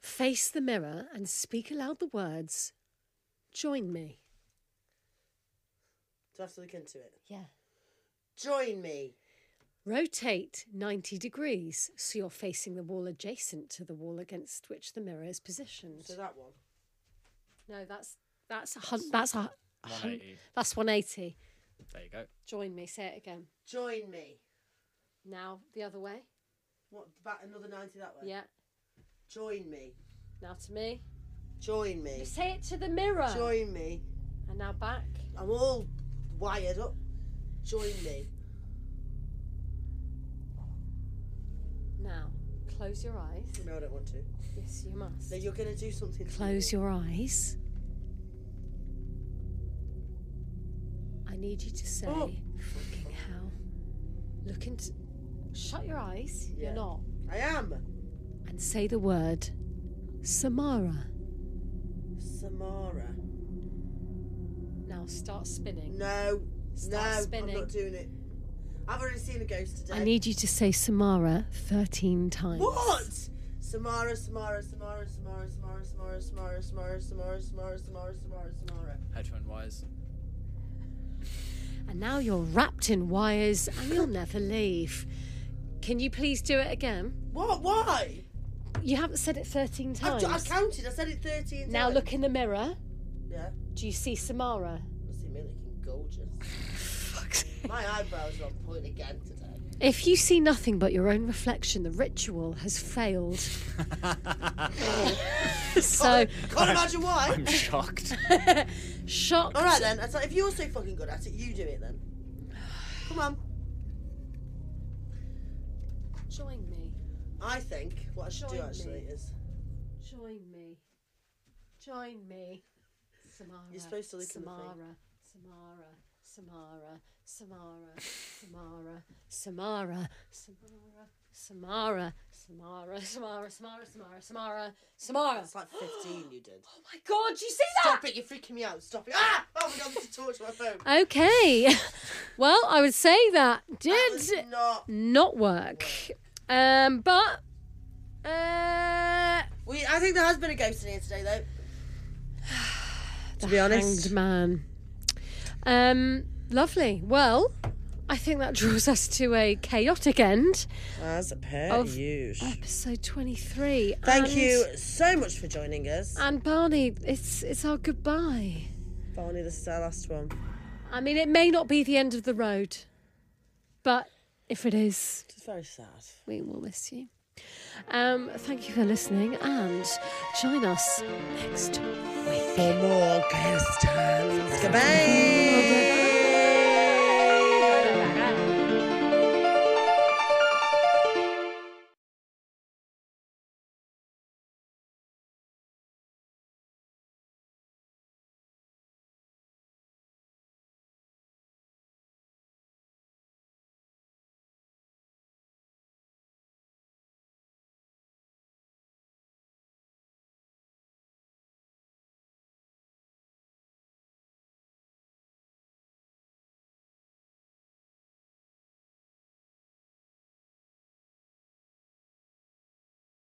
face the mirror and speak aloud the words, join me.
Do I have to look into it?
Yeah.
Join me.
Rotate 90 degrees so you're facing the wall adjacent to the wall against which the mirror is positioned.
So that one.
No, that's that's a hun- that's a hun-
180.
that's 180.
There you go.
Join me. Say it again.
Join me.
Now the other way.
What, back another 90 that way?
Yeah.
Join me.
Now to me.
Join me.
Say it to the mirror.
Join me.
And now back.
I'm all wired up. Join me.
Now close your eyes.
No, I don't want to.
Yes, you must.
No, you're going to do something. to
Close
me.
your eyes. I need you to say,
Oh.
fucking hell. Look into. Shut your eyes.
Yeah.
You're not.
I am
And say the word Samara.
Samara.
Now start spinning.
No.
Start
no, I'm
spinning.
not doing it. I've already seen a ghost today.
I need you to say Samara 13 times.
What? Samara, Samara, Samara, Samara, Samara, Samara, Samara, Samara, Samara, Samara, Samara, Samara, Samara.
Hedgehog wise.
And now you're wrapped in wires and you'll never leave. Can you please do it again?
What? Why?
You haven't said it 13
I've,
times.
ju- I've counted. I said it 13
now
times.
look in the mirror.
Yeah.
Do you see Samara?
I see me looking gorgeous. My eyebrows are on point again today.
If you see nothing but your own reflection, the ritual has failed. so,
Can't imagine why.
I'm shocked.
shocked.
All right then. That's like, if you're so fucking good at it, you do it then. Come on.
Join me.
I think what I should do
Join
actually
me.
is
Join me. Join me. Samara.
You're supposed to look in the
Samara.
thing.
Samara. Samara. Samara. Samara. Samara. Samara. Samara. Samara. Samara. Samara. Samara. Samara. Samara.
it's like 15 you did.
Oh my god, you see that?
Stop it, you're freaking me out. Stop it. Ah! Oh my god, this is torch my phone.
Okay. well, I would say that
That
did
was not.
not work. Um, but uh,
We, I think there has been a ghost in here today, though. to be honest.
hanged man. Um, lovely. Well, I think that draws us to a chaotic end.
As per
Of-
usual.
Episode twenty-three.
Thank
And-
you so much for joining us.
And Barney, it's it's our goodbye.
Barney, this is our last one.
I mean, it may not be the end of the road, but if it is,
It's very sad.
We will miss you. Um, thank you for listening and join us next week.
For more ghost hands. Goodbye.